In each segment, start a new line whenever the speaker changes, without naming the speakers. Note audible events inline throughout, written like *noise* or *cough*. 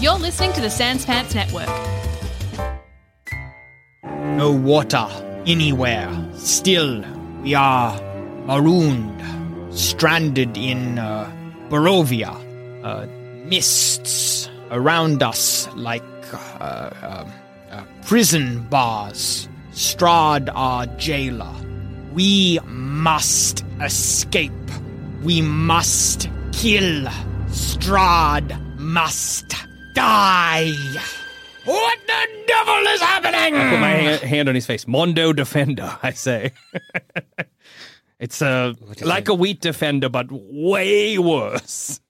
You're listening to the Sans Pants Network.
No water anywhere. Still, we are marooned, stranded in uh, Barovia. Uh, mists around us like uh, um uh, prison bars. Strad our jailer. We must escape. We must kill. Strad must die. What the devil is happening?
Put my ha- hand on his face. Mondo Defender, *laughs* I say. it's uh, like a wheat defender, but way worse.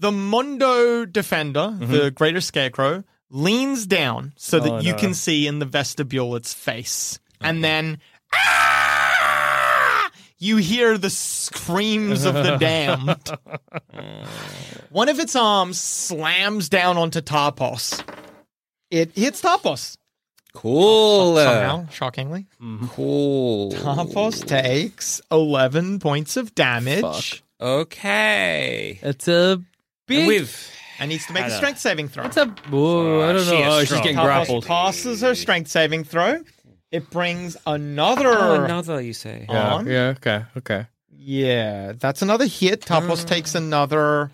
The Mondo Defender, the Greater Scarecrow, leans down so that
Mm-hmm. Oh,
you
no.
can see in the vestibule its face. And then "Ah!" you hear the screams of the damned.
*laughs*
One of its arms slams down onto Tarpos. It hits Tarpos.
Cool.
uh,
Somehow, shockingly.
*laughs*
Cool.
Tarpos takes 11 points of damage.
Okay.
It's a
And
big.
we've
And needs to make a
Hello.
strength saving throw.
it's a. Whoa, I don't
She
know.
is
oh, she's
strong.
getting
Tarpos
grappled.
passes her strength saving throw. It brings another.
oh, another. You say
Yeah,
on.
yeah, okay, okay.
Yeah, that's another hit. Tapos
Hmm.
takes another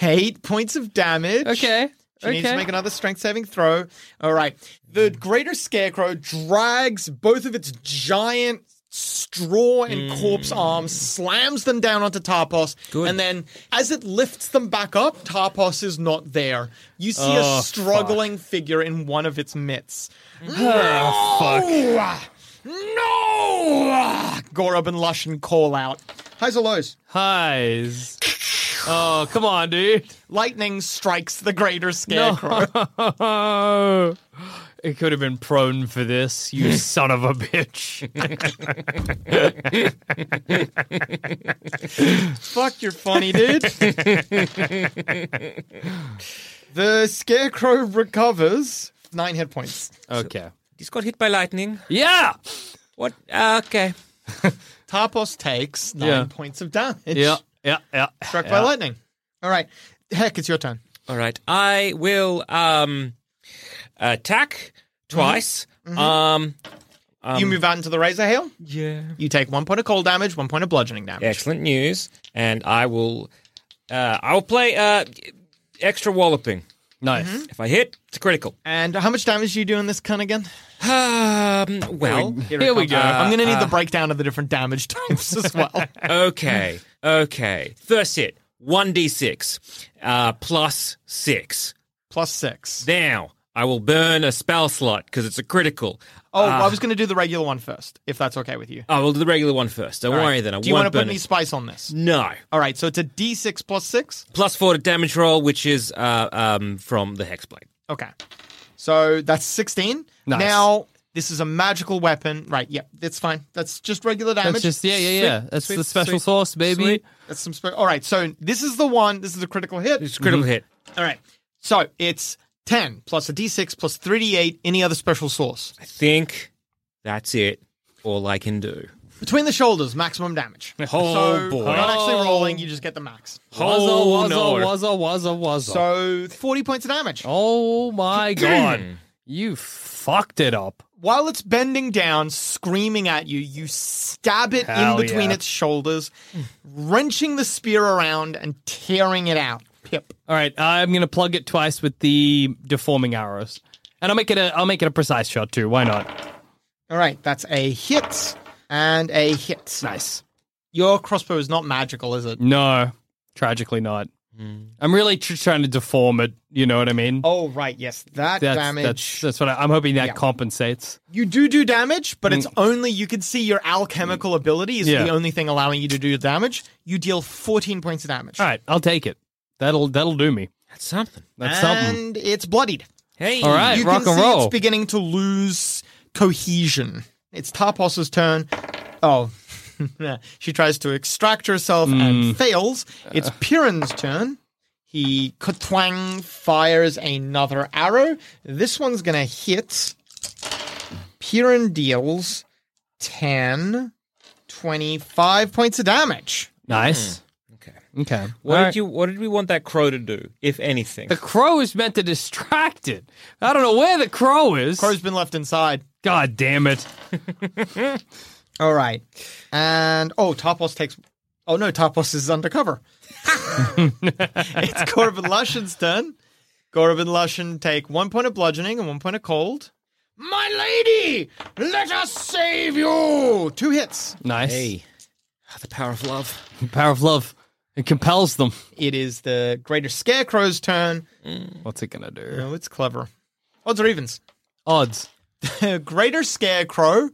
eight points of damage.
Okay,
She
okay.
needs to make another strength saving throw. All right. The greater scarecrow drags both of its giant straw and
Hmm.
corpse arms, slams them down onto Tarpos,
Good.
and then as it lifts them back up, Tarpos is not there. You see
Oh,
a struggling figure in one of its mitts.
Oh,
no! No! Gorob and Lushan call out. Highs or lows?
Highs. Oh, come on, dude.
Lightning strikes the greater scarecrow.
No. *laughs* it could have been prone for this, you son of a bitch.
*laughs* Fuck, you're funny, dude. *laughs* the scarecrow recovers nine hit points.
Okay.
he's got hit by lightning.
Yeah.
What? Uh, okay.
Tarpos takes nine
Yeah.
points of damage.
Yeah. Yeah. Yeah.
Struck by lightning. All right. Heck, it's your turn.
All right. I will um attack twice. Um.
you move out into the razor hail.
Yeah.
You take one point of cold damage, one point of bludgeoning damage.
Excellent news. And I will. Uh, I will play uh extra walloping.
Nice.
If I hit, it's critical. *sighs*
And how much damage do you do in this con again?
Um. Well.
it
Here we
comes.
go. Uh,
I'm going to need the breakdown of the different damage *laughs* types as
*laughs*
well.
Okay. Okay. First hit. One d six. Uh. Plus six.
Plus six.
Now I will burn a spell slot because it's a critical.
oh,
uh,
I was going to do the regular one first, if that's okay with you.
I will do the regular one first. Don't
All right.
worry. Then I
Do you
won't
want to put
burn
any
it.
spice on this?
No.
All right, so it's a d6 plus six.
Plus four to damage roll, which is uh, um, from the hexblade.
Okay. So that's 16.
Nice.
Now, this is a magical weapon. Right, yeah, that's fine. That's just regular damage.
That's just yeah, yeah, yeah. That's
sweet,
the special
sweet,
sauce, baby.
sweet.
That's some spe- All right, so this is the one. This is a critical hit.
It's a critical hit.
All right. So it's 10 plus a d6 plus 3d8, any other special source.
I think that's it. All I can do.
Between the shoulders, maximum damage.
Oh,
so
boy.
We're not actually rolling, you just get the max.
Oh,
wazza,
no.
wazza, wazza, wazza.
So 40 points of damage.
oh
*clears throat*
my god. You fucked it up.
While it's bending down, screaming at you, you stab it
Hell
in between
yeah.
its shoulders, wrenching the spear around and tearing it out. Pip.
All right, I'm gonna plug it twice with the deforming arrows, and I'll make it a I'll make it a precise shot too. Why not?
All right, that's a hit and a hit.
Nice.
Your crossbow is not magical, is it?
No, tragically not.
Hmm.
I'm really tr- trying to deform it. You know what I mean?
Oh, right, yes. That
that's,
damage.
That's, that's what I, I'm hoping that compensates.
You do do damage, but it's only you can see your alchemical ability is
Mm. Yeah.
the only thing allowing you to do damage. You deal 14 points of damage.
All right, I'll take it. That'll that'll do me.
That's something.
That's something.
And Hmm. it's bloodied.
Hey.
All right,
you
rock
can
and
see
roll.
it's beginning to lose cohesion. It's Tarpos's turn. Oh. *laughs* she tries to extract herself
Mm.
and fails. It's Piran's turn. He katwang fires another arrow. This one's gonna hit. Piran deals 10, 25 points of damage.
nice.
Okay.
Okay.
What
All
did
right.
you? What did we want that crow to do, if anything?
The crow is meant to distract it. I don't know where the crow is.
Crow's been left inside.
God damn it.
All right. And oh, Tarpos takes. Oh no, Tarpos is undercover. *laughs* it's Corbin Lushen's turn. Corbin Lushen take one point of bludgeoning and one point of cold. My lady, let us save you. Two hits.
Nice.
hey, Ah, the power of love.
The power of love. It compels them.
It is the Greater Scarecrow's turn.
What's it gonna do?
No, it's clever. Odds or evens? *laughs*
Odds.
Greater Scarecrow.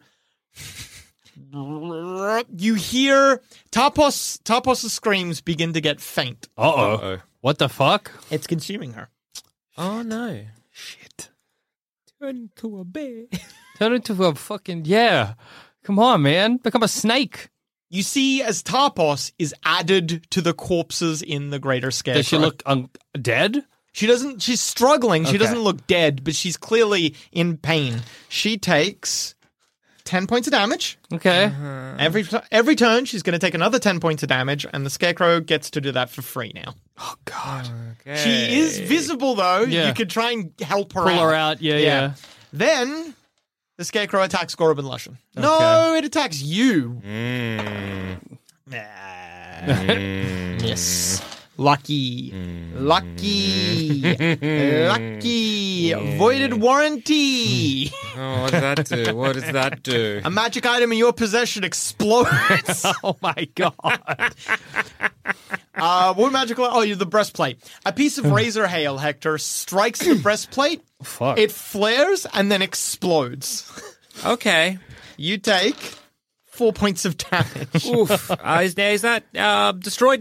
You hear Tarpos Tarpos's screams begin to get faint.
Uh oh. What the fuck?
It's consuming her.
Oh no!
Shit.
Turn to a bear.
Turn into a fucking yeah. Come on, man. Become a snake.
You see, as Tarpos is added to the corpses in the greater scarecrow.
Does she look un- dead?
She doesn't. She's struggling. She
Okay.
doesn't look dead, but she's clearly in pain. She takes ten points of damage
Okay.
every every turn. She's going to take another ten points of damage, and the scarecrow gets to do that for free now.
Oh god.
She is visible though.
Yeah.
You could try and help her
Pull
out.
her out. Yeah, yeah.
Then the scarecrow attacks Gorobin Lushan. No, it attacks you. Yes. Lucky. Lucky. Lucky. Voided warranty.
Oh, what does that do? What does that do?
A magic item in your possession explodes.
Oh my god.
uh, what magical? Oh, you the breastplate. A piece of razor hail, Hector, strikes the breastplate.
Fuck.
It flares and then explodes.
Okay.
You take four points of damage.
Oof. Uh, is, now, is that uh, destroyed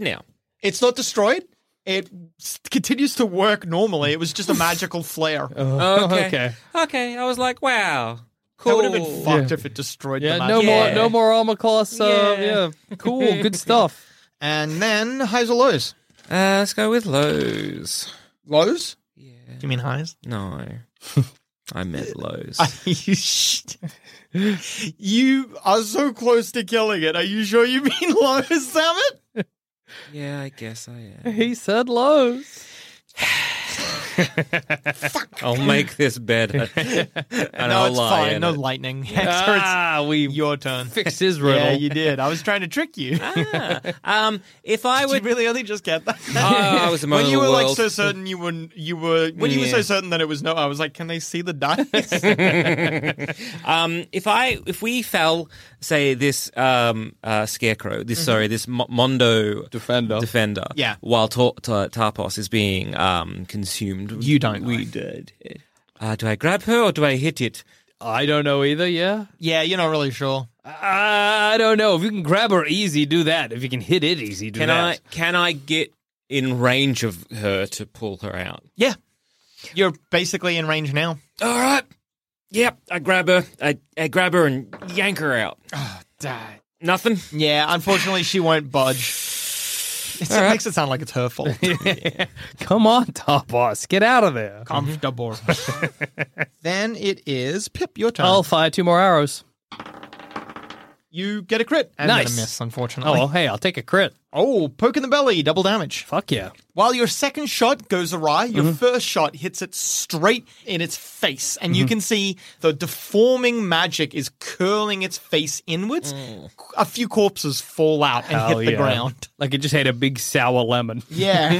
*laughs*
now?
It's not destroyed. It s- continues to work normally. It was just a magical *laughs* flare.
Okay.
okay.
Okay. I was like, wow. Cool.
That would have been fucked if it destroyed
Yeah,
the magic.
no more
Yeah.
no more armor class. Uh,
Yeah.
yeah.
*laughs*
Cool. Good stuff.
And then highs or lows?
Uh, let's go with lows.
Lows? Yeah. Do you mean highs?
No. *laughs* I meant lows.
*laughs* you, sh- you are so close to killing it. Are you sure you mean *laughs* lows, Samet?
yeah, I guess I
*laughs*
am.
He said lows.
I'll make this better. and
*laughs* no,
I'll
it's
lie
fine.
in
No
it.
lightning. *laughs* Hector, it's
Ah, we
your turn.
fixed his
*laughs*
riddle.
Yeah, you did. I was trying to trick *laughs* you.
Um, if I
Ah, Did
would,
you
*laughs*
really only just get that?
Ah, I was a man
*laughs* when
of
you
the
were like
world.
so certain you were you were when you were so
Yeah.
certain that it was no, I was like, can they see the dice? *laughs*
um, if I, if we fell, say this um, uh, scarecrow, this
Mm-hmm.
sorry, this Mo- Mondo
Defender.
defender,
Yeah.
while Ta- Ta- Tarpos is being um, consumed,
You don't
We
know.
did. Uh, do I grab her or do I hit it?
I don't know either, yeah.
yeah, you're not really sure.
I don't know. If you can grab her easy, do that. If you can hit it easy, do
Can
that.
I can I get in range of her to pull her out?
Yeah. You're basically in range now.
All right. Yep. I grab her. I, I grab her and yank her out.
Ah,
Nothing.
Yeah, unfortunately she won't budge. It's, it makes it sound like it's her fault.
Come on, top boss. Get out of there.
*laughs* *laughs* Comfortable. then it is Pip, your turn.
Oh. I'll fire two more arrows.
You get a crit and then
Nice.
a miss,
Oh,
unfortunately.
well, hey, I'll take a crit.
Oh, poke in the belly, double damage.
Fuck yeah.
While your second shot goes awry, your
Mm-hmm.
first shot hits it straight in its face, and
Mm-hmm.
you can see the deforming magic is curling its face inwards. A few corpses fall out and
Hell
hit the
yeah.
ground.
Like it just had a big
*laughs*
sour lemon.
Yeah.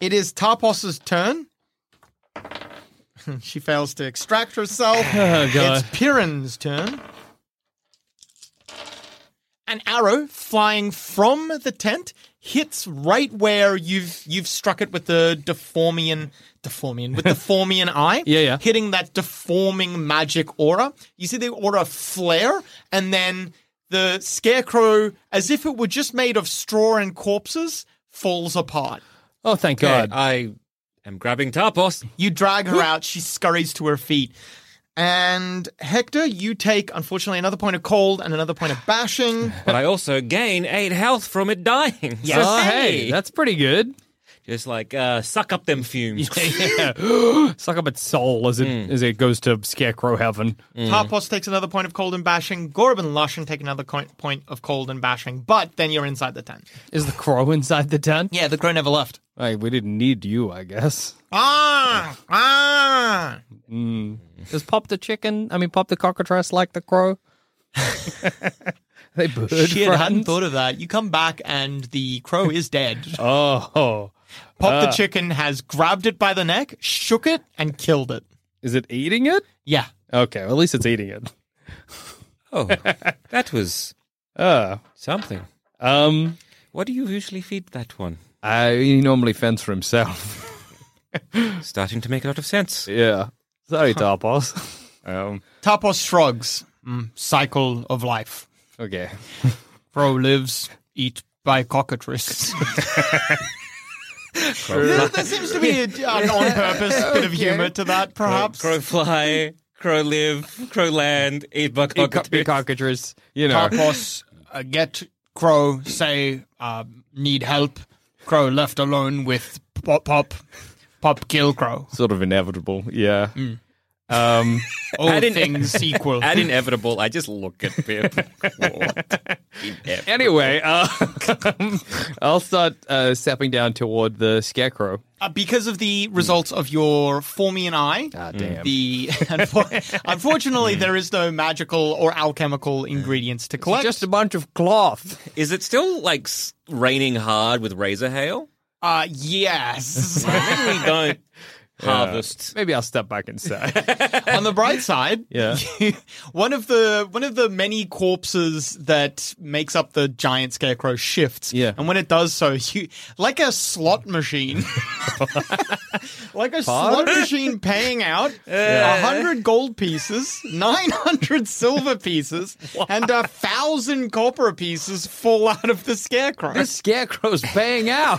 it is Tarpos's turn. *laughs* she fails to extract herself.
Oh, God.
It's Piran's turn. An arrow flying from the tent hits right where you've you've struck it with the deformian deformian
*laughs*
with the formian eye.
Yeah, yeah.
Hitting that deforming magic aura. You see the aura flare and then the scarecrow, as if it were just made of straw and corpses, falls apart.
Oh, thank
God,
God.
I am grabbing Tarpos.
You drag her out. She scurries to her feet. And Hector, you take, unfortunately, another point of cold and another point of bashing.
But
*laughs*
I also gain eight health from it dying.
Yes.
So,
oh, hey, that's
*laughs*
pretty good.
just like uh, suck up them fumes.
Yeah. *gasps* Suck up its soul as it
Hmm.
as it goes to scarecrow heaven.
Tarpos takes another point of cold and bashing. Gorb and Lushan take another coi- point of cold and bashing. But then you're inside the tent.
Is the crow inside the tent?
Yeah, the crow never left.
Hey, we didn't need you, I guess.
Ah! Ah!
Does pop the chicken? I mean, pop the cockatrice like the crow. *laughs* they bird
Shit, I hadn't
friends?
thought of that. You come back and the crow is dead.
Oh,
Pop the chicken has grabbed it by the neck, shook it, and killed it.
is it eating it?
Yeah.
Okay, well, at least it's eating it.
oh, that was
Uh,
something.
um,
What do you usually feed that one?
I, he normally fends for himself.
Starting to make a lot of sense.
*laughs* yeah, *laughs* sorry, Tarpos. um,
Tarpos shrugs. Mm, cycle of life.
okay.
Crow lives, eat by cockatrice. *laughs*
*laughs*
there, there seems to be a, an on purpose bit of humor to that, perhaps.
Crow fly, crow live, crow land, eat by
Be co- be
cockatoo.
cockatrice, you know.
Tarpos, uh, get Crow, say, um, need help. Crow left alone with Pop Pop. Pop kill Crow.
sort of inevitable. Yeah. Um,
All
Add in-
things sequel.
At inevitable, I just look at Pip. *laughs* What?
*laughs* *laughs*
Inev-
anyway, uh, I'll start uh, stepping down toward the scarecrow.
Uh, because of the results of your Formian Eye,
Ah, damn.
the *laughs* unfortunately there is no magical or alchemical ingredients to collect.
Just a bunch of cloth.
Is it still like s- raining hard with razor hail?
Uh, yes.
Maybe we don't harvest.
*laughs* Maybe I'll step back inside.
On the
*laughs*
bright side,
Yeah.
*laughs* one of the one of the many corpses that makes up the giant scarecrow shifts.
Yeah.
and when it does so, *laughs* you like a slot
*laughs*
machine, like a slot machine paying
*laughs*
out a hundred gold pieces, nine hundred silver pieces, and a thousand copper pieces fall out of the scarecrow.
the *laughs* scarecrow's paying *laughs* out.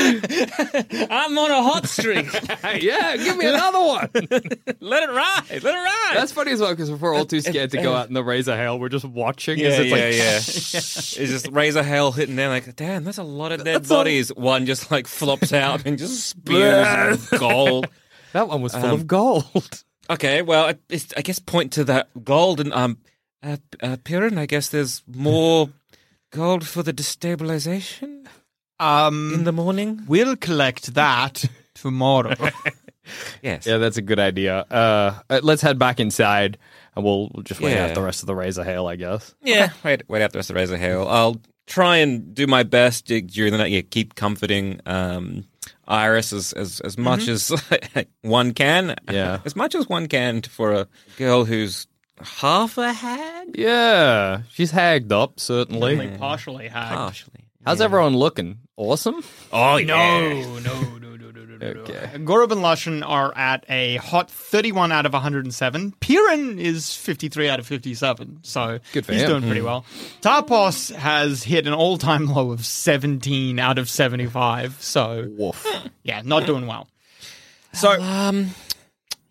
I'm on a hot streak.
*laughs* yeah, give me another one.
*laughs* Let it ride. Let it ride.
*laughs* That's funny as well because we're all too scared to go out in the razor hail. We're just watching.
yeah,
as it's
yeah,
like,
*laughs* yeah. It's just razor hail hitting there. Like, damn, that's a lot of dead
a-
bodies. One just like flops out and just spews gold.
*laughs* That one was full of gold. *laughs*
Okay, well, it- it's, I guess point to that gold and um, uh, uh, Piran. I guess there's more *laughs* gold for the destabilization
Um,
in the morning.
we'll collect that
*laughs*
tomorrow.
Yes.
Yeah, that's a good idea. Uh, uh, let's head back inside and we'll, we'll just wait
Yeah.
out the rest of the razor hail, I guess.
Yeah, wait, wait out the rest of Razor Hail. I'll try and do my best d- during the night. Yeah, keep comforting um, Iris as as, as much as *laughs* one can.
Yeah.
*laughs* as much as one can for a girl who's half a hag.
Yeah, she's hagged up, certainly.
Partially hacked.
Partially.
How's everyone looking? Awesome?
Oh no!
Okay.
Gaurav and Lushan are at a hot 31 out of 107. Piran is 53 out of 57, so
Good for
he's
him. Hmm.
doing pretty well. Tarpos has hit an all-time low of 17 out of 75, so
Woof.
yeah, not doing well. So
Um,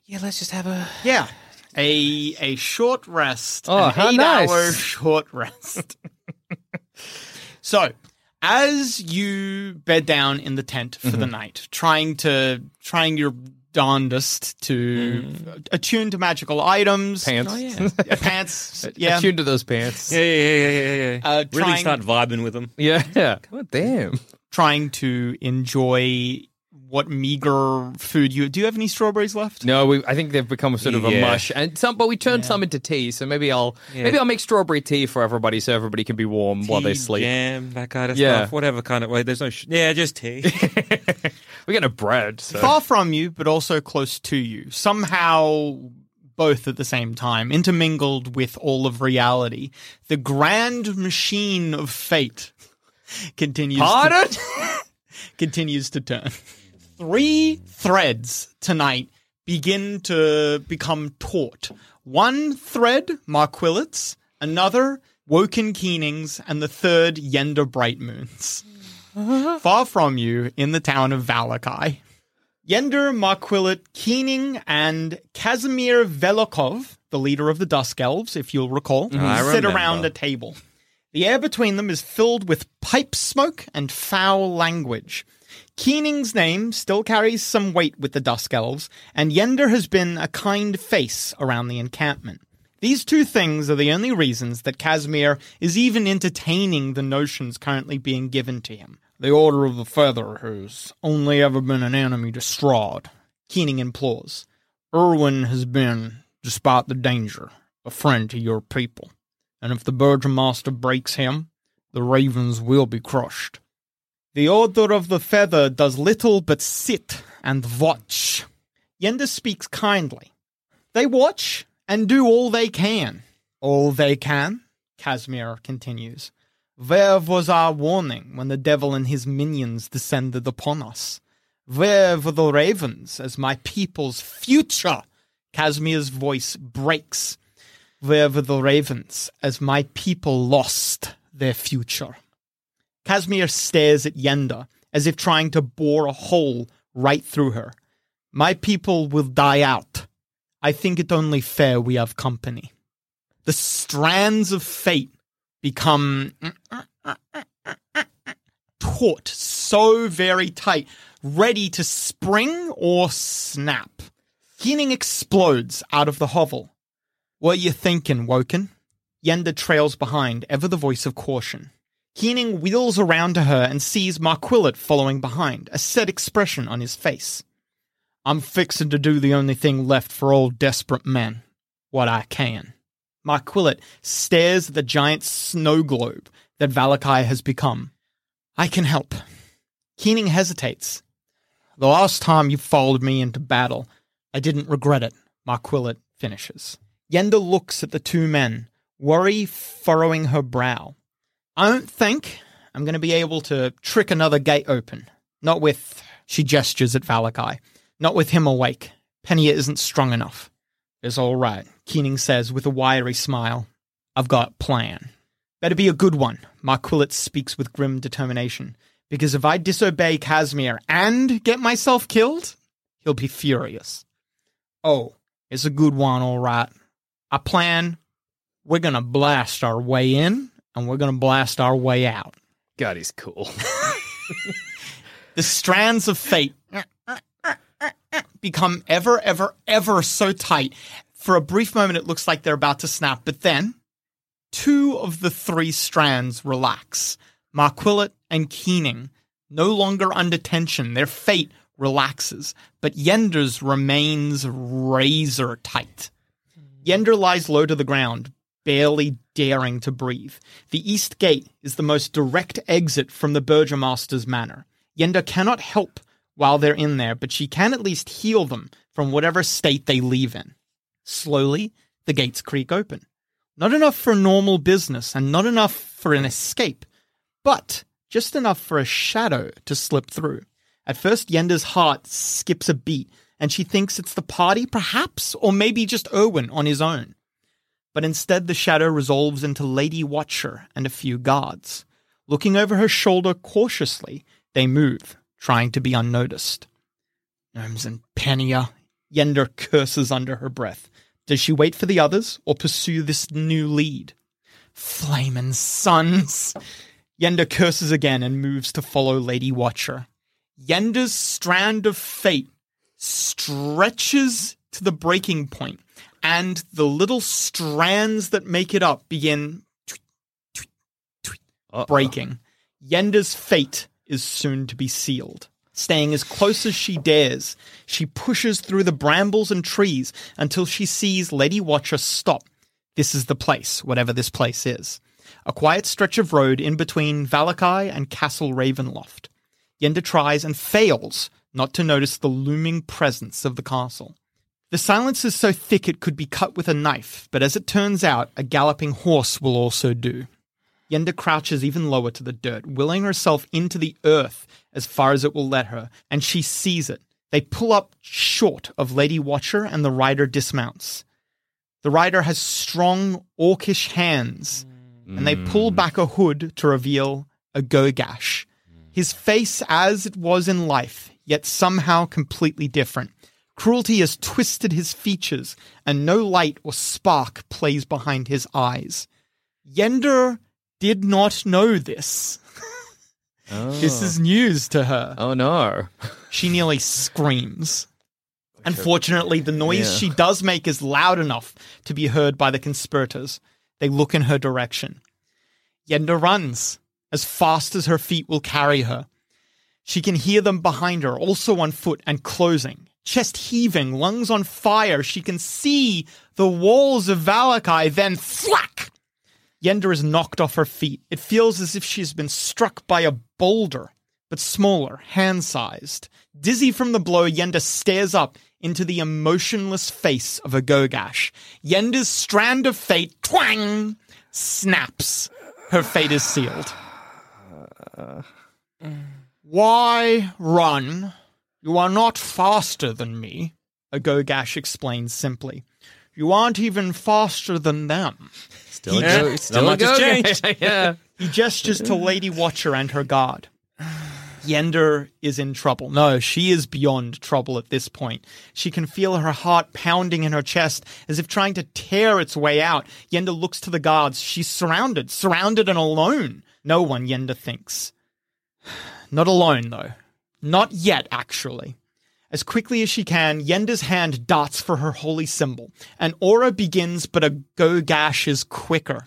yeah, let's just have a.
yeah, a a short rest,
Oh,
an
how
eight
nice.
hour *laughs* short rest. so.
Mm-hmm.
As you bed down in the tent for the night, trying to trying your darndest to attuned to magical items,
Mm. Pants.
Oh,
Uh, *laughs*
*laughs*
pants, yeah,
Attuned to those pants.
Yeah, yeah, yeah, yeah, yeah. yeah.
Uh,
really
trying-
start vibing with them.
Yeah. God damn.
trying to enjoy what meager food you. Do you have any strawberries left?
No, we, I think they've become sort of a
Yeah.
mush, and some. But we turned some into tea, so maybe I'll maybe I'll make strawberry tea for everybody, so everybody can be warm while they
Tea,
sleep.
jam, that kind of
Yeah.
stuff. Whatever kind of way. There's no. Sh- yeah, just *laughs* tea.
We're gonna bread. So.
Far from you, but also close to you. Somehow. Both at the same time, intermingled with all of reality. The grand machine of fate *laughs* continues. to-
Pardon?
continues to turn. Three threads tonight begin to become taut. One thread, Marquillets, another, Woken Keenings, and the third, Yender Bright Moons. Far from you, in the town of Valakai. Yender Marquillet Keening and Casimir Velikov, the leader of the Dusk Elves, if you'll recall,
Mm-hmm. I
sit
remember.
around a table. The air between them is filled with pipe smoke and foul language. Keening's name still carries some weight with the Dusk Elves, and Yender has been a kind face around the encampment. These two things are the only reasons that Casimir is even entertaining the notions currently being given to him. The Order of the Feather has only ever been an enemy to Strahd, Keening implores. Irwin has been, despite the danger, a friend to your people and if the Burgomaster breaks him, the ravens will be crushed. The Order of the Feather does little but sit and watch. Yenda speaks kindly. They watch and do all they can. All they can, Casimir continues. Where was our warning when the devil and his minions descended upon us? Where were the ravens as my people's future? Casimir's voice breaks where were the ravens as my people lost their future? Casimir stares at Yenda as if trying to bore a hole right through her. My people will die out. I think it only fair we have company. The strands of fate become taut, so very tight, ready to spring or snap. Keening explodes out of the hovel. What you thinking, Woken? Yenda trails behind, ever the voice of caution. Keening wheels around to her and sees Marquillet following behind, a set expression on his face. I'm fixing to do the only thing left for old desperate men. What I can. Marquillet stares at the giant snow globe that Valakai has become. I can help. Keening hesitates. The last time you followed me into battle, I didn't regret it, Marquillet finishes. Yenda looks at the two men, worry furrowing her brow. I don't think I'm going to be able to trick another gate open. Not with, she gestures at Valakai, not with him awake. Penia isn't strong enough. It's all right, Keening says with a wiry smile. I've got a plan. Better be a good one, Marquillet speaks with grim determination. Because if I disobey Casimir and get myself killed, he'll be furious. Oh, it's a good one, all right. I plan we're going to blast our way in and we're going to blast our way out.
*laughs* God, he's cool.
The strands of fate become ever, ever, ever so tight. For a brief moment, it looks like they're about to snap, but then two of the three strands relax. Marquillet and Keening, no longer under tension, their fate relaxes, but Yender's remains razor tight. Yender lies low to the ground, barely daring to breathe. The east gate is the most direct exit from the Burgomaster's manor. Yender cannot help while they're in there, but she can at least heal them from whatever state they leave in. Slowly, the gates creak open. Not enough for normal business and not enough for an escape, but just enough for a shadow to slip through. At first, Yenda's heart skips a beat and she thinks it's the party, perhaps, or maybe just Erwin on his own. But instead, the shadow resolves into Lady Watcher and a few guards. Looking over her shoulder cautiously, they move, trying to be unnoticed. Gnomes and Penia. Yender curses under her breath. Does she wait for the others or pursue this new lead? Flamin' sons! Yender curses again and moves to follow Lady Watcher. Yender's strand of fate stretches to the breaking point, and the little strands that make it up begin breaking. Yenda's fate is soon to be sealed. Staying as close as she dares, she pushes through the brambles and trees until she sees Lady Watcher stop. This is the place, whatever this place is. A quiet stretch of road in between Valakai and Castle Ravenloft. Yenda tries and fails not to notice the looming presence of the castle. The silence is so thick it could be cut with a knife, but as it turns out, a galloping horse will also do. Yenda crouches even lower to the dirt, willing herself into the earth as far as it will let her, and she sees it. They pull up short of Lady Watcher, and the rider dismounts. The rider has strong, orcish hands, and they pull back a hood to reveal a Gogash. His face as it was in life, yet somehow completely different. Cruelty has twisted his features, and no light or spark plays behind his eyes. Yender did not know this. *laughs* This is news to her.
Oh
*laughs*
no.
She nearly screams. Unfortunately, the noise she does make is loud enough to be heard by the conspirators. They look in her direction. Yenda runs as fast as her feet will carry her. She can hear them behind her, also on foot and closing. Chest heaving, lungs on fire, she can see the walls of Valakai, then thwack! Yender is knocked off her feet. It feels as if she has been struck by a boulder, but smaller, hand sized. Dizzy from the blow, Yender stares up into the emotionless face of a Gogash. Yender's strand of fate, twang, snaps. Her fate is sealed. Why run? You are not faster than me, a Gogash explains simply. You aren't even faster than them.
Still a go. Still a
much
go.
has
*laughs*
yeah.
He gestures to Lady Watcher and her guard. Yender is in trouble. No, she is beyond trouble at this point. She can feel her heart pounding in her chest as if trying to tear its way out. Yender looks to the guards. She's surrounded, surrounded and alone. No one, Yender thinks. Not alone, though. Not yet, actually. As quickly as she can, Yenda's hand darts for her holy symbol. An aura begins, but a Gogash is quicker.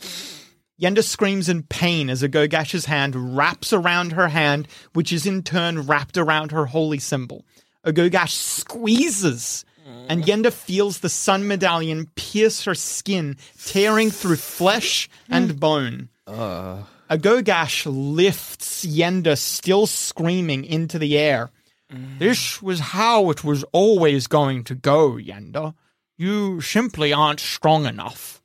Yenda screams in pain as a Gogash's hand wraps around her hand, which is in turn wrapped around her holy symbol. A Gogash squeezes, and Yenda feels the sun medallion pierce her skin, tearing through flesh and bone. A Gogash lifts Yenda, still screaming, into the air. This was how it was always going to go, Yenda. You simply aren't strong enough.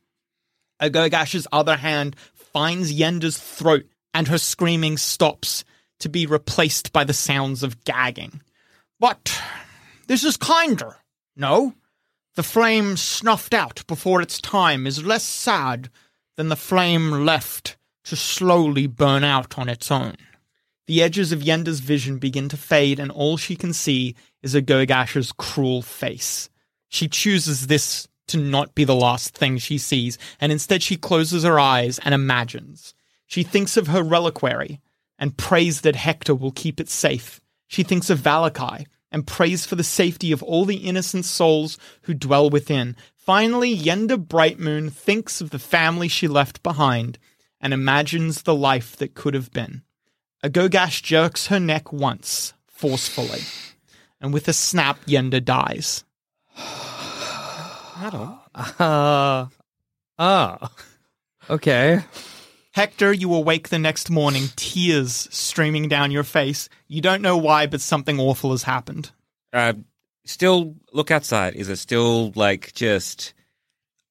Agogash's other hand finds Yenda's throat, and her screaming stops, to be replaced by the sounds of gagging. But this is kinder, no? The flame snuffed out before its time is less sad than the flame left to slowly burn out on its own. The edges of Yenda's vision begin to fade, and all she can see is a Gogash's cruel face. She chooses this to not be the last thing she sees, and instead she closes her eyes and imagines. She thinks of her reliquary and prays that Hector will keep it safe. She thinks of Valakai and prays for the safety of all the innocent souls who dwell within. Finally, Yenda Brightmoon thinks of the family she left behind and imagines the life that could have been. A Gogash jerks her neck once, forcefully, and with a snap, Yenda dies.
Uh,
*laughs*
ah. Okay.
Hector, you awake the next morning, tears streaming down your face. You don't know why, but something awful has happened.
Uh, still look outside. Is it still like just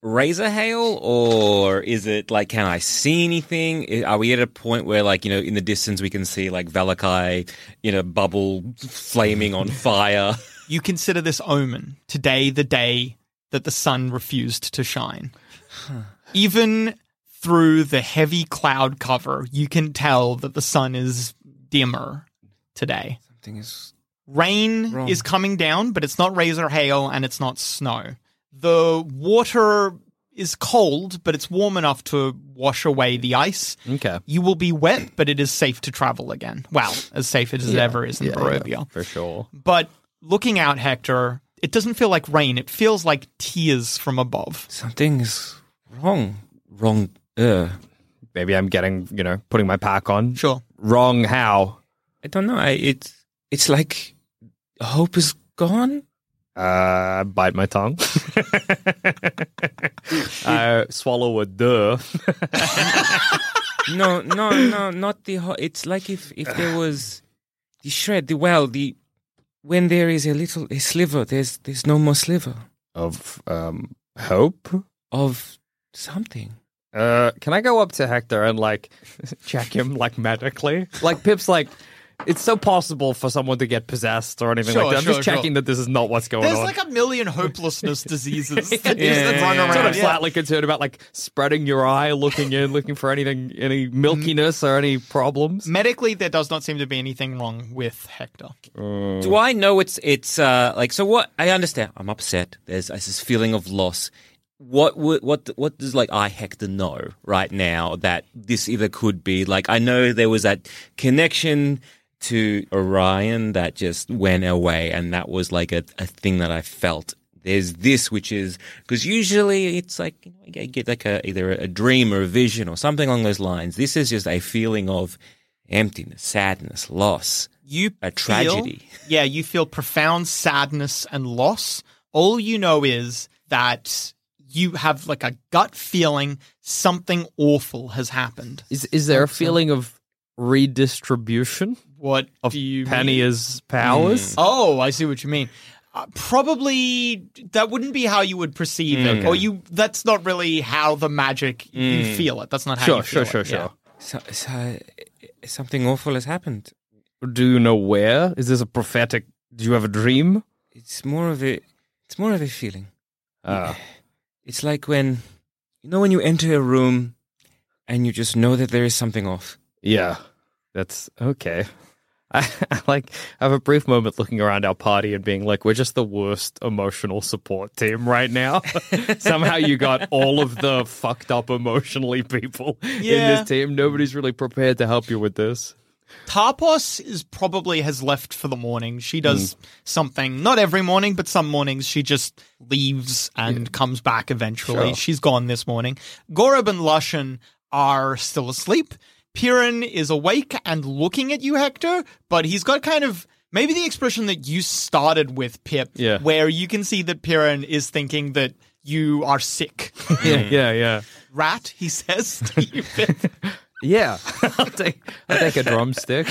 razor hail, or is it like can I see anything? I- Are we at a point where like you know in the distance we can see like Valakai in a bubble flaming *laughs* on fire?
You consider this omen. Today, the day that the sun refused to shine. Even through the heavy cloud cover, you can tell that the sun is dimmer today.
Something is
Rain
Wrong.
is coming down, but it's not razor hail and it's not snow. The water is cold, but it's warm enough to wash away the ice.
Okay.
You will be wet, but it is safe to travel again. Well, as safe as it ever is in Barovia.
For sure.
But looking out, Hector, it doesn't feel like rain. It feels like tears from above.
Something's wrong. Wrong. Uh,
Maybe I'm getting, you know, putting my pack on.
Sure.
Wrong how?
I don't know. I, it's it's like hope is gone.
Uh, bite my tongue. *laughs* I swallow a duh. *laughs*
No, no, no, not the. Ho- it's like if if there was the shred, the well, the when there is a little a sliver, there's there's no more sliver
of um, hope.
of something.
Uh, can I go up to Hector and like *laughs* check him like medically? Like Pip's like, it's so possible for someone to get possessed or anything
Sure,
like that. I'm
sure,
just
sure.
checking that this is not what's going
There's
on.
like a million hopelessness diseases that
*laughs* yeah,
just run
sort
around.
of
Yeah.
slightly concerned about like spreading your eye, looking in, looking for anything, any milkiness or any problems.
Medically, there does not seem to be anything wrong with Hector.
Do I know it's it's uh like so? What I understand, I'm upset. There's, there's this feeling of loss. What would what what does like I Hector know right now that this either could be like I know there was that connection to Orion that just went away, and that was like a, a thing that I felt. There's this, which is because usually it's like you know, I get like a either a dream or a vision or something along those lines. This is just a feeling of emptiness, sadness, loss.
You
A
feel-
tragedy.
yeah, you feel profound sadness and loss. All you know is that you have like a gut feeling something awful has happened.
Is is there a feeling of redistribution?
What
Of
do you mean?
Penny's powers.
Oh, I see what you mean. Uh, probably that wouldn't be how you would perceive
Mm.
it, or you. That's not really how the magic you feel it. That's not how. you
Sure,
feel
sure, sure,
it. Yeah.
sure.
So, so something awful has happened.
Do you know where? Is this a prophetic? Do you have a dream?
It's more of a, it's more of a feeling.
Ah.
It's like when, you know, when you enter a room, and you just know that there is something off.
Yeah, that's okay. *laughs* I, I like have a brief moment looking around our party and being like, we're just the worst emotional support team right now. *laughs* Somehow you got all of the fucked up emotionally people in
Yeah.
this team. Nobody's really prepared to help you with this.
Tarpos is probably has left for the morning. She does something not every morning, but some mornings she just leaves and comes back eventually. She's gone this morning. Gorob and Lushan are still asleep. Piran is awake and looking at you, Hector, but he's got kind of maybe the expression that you started with, Pip,
Yeah.
where you can see that Piran is thinking that you are sick.
Yeah, yeah, yeah.
Rat, he says to you, Pip.
*laughs*
Yeah, I'll take I'll take a drumstick.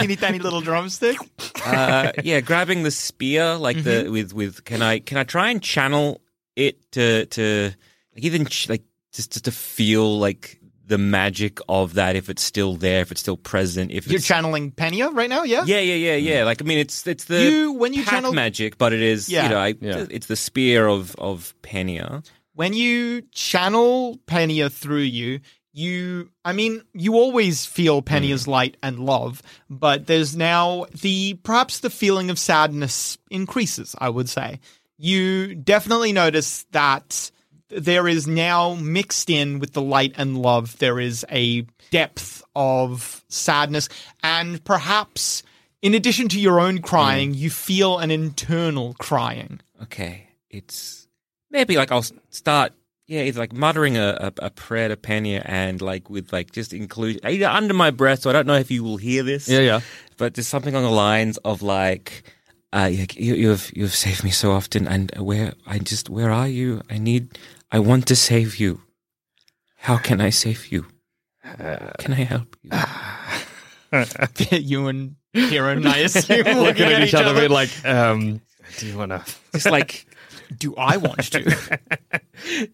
teeny tiny little drumstick.
Uh, yeah, grabbing the spear like the with with can I can I try and channel it to to like even ch- like just, just to feel like the magic of that if it's still there if it's still present if
You're
it's,
channeling Penia right now, yeah?
Yeah, yeah, yeah, yeah. Like I mean, it's it's the
Mm. You- when you
pack
channel-
magic, but it is
Yeah.
you know I,
Yeah.
it's the spear of of Penia.
when you channel Penia through you, you, I mean, you always feel Penia's light and love, but there's now the perhaps the feeling of sadness increases, I would say. You definitely notice that there is now mixed in with the light and love, there is a depth of sadness, and perhaps in addition to your own crying, you feel an internal crying.
Okay, it's maybe like I'll s- start. Yeah, either like muttering a, a, a prayer to Penia and like with like just include either under my breath. So I don't know if you will hear this.
Yeah, yeah.
But there's something on the lines of like, uh, you, you- you've you've saved me so often, and where I just where are you? I need, I want to save you. How can I save you?
Uh,
Can I help
*laughs*
you?
you and Kieran, I assume, looking,
Looking at each other,
*laughs*
being like, um, do you want to?
Just like.
"Do I want to?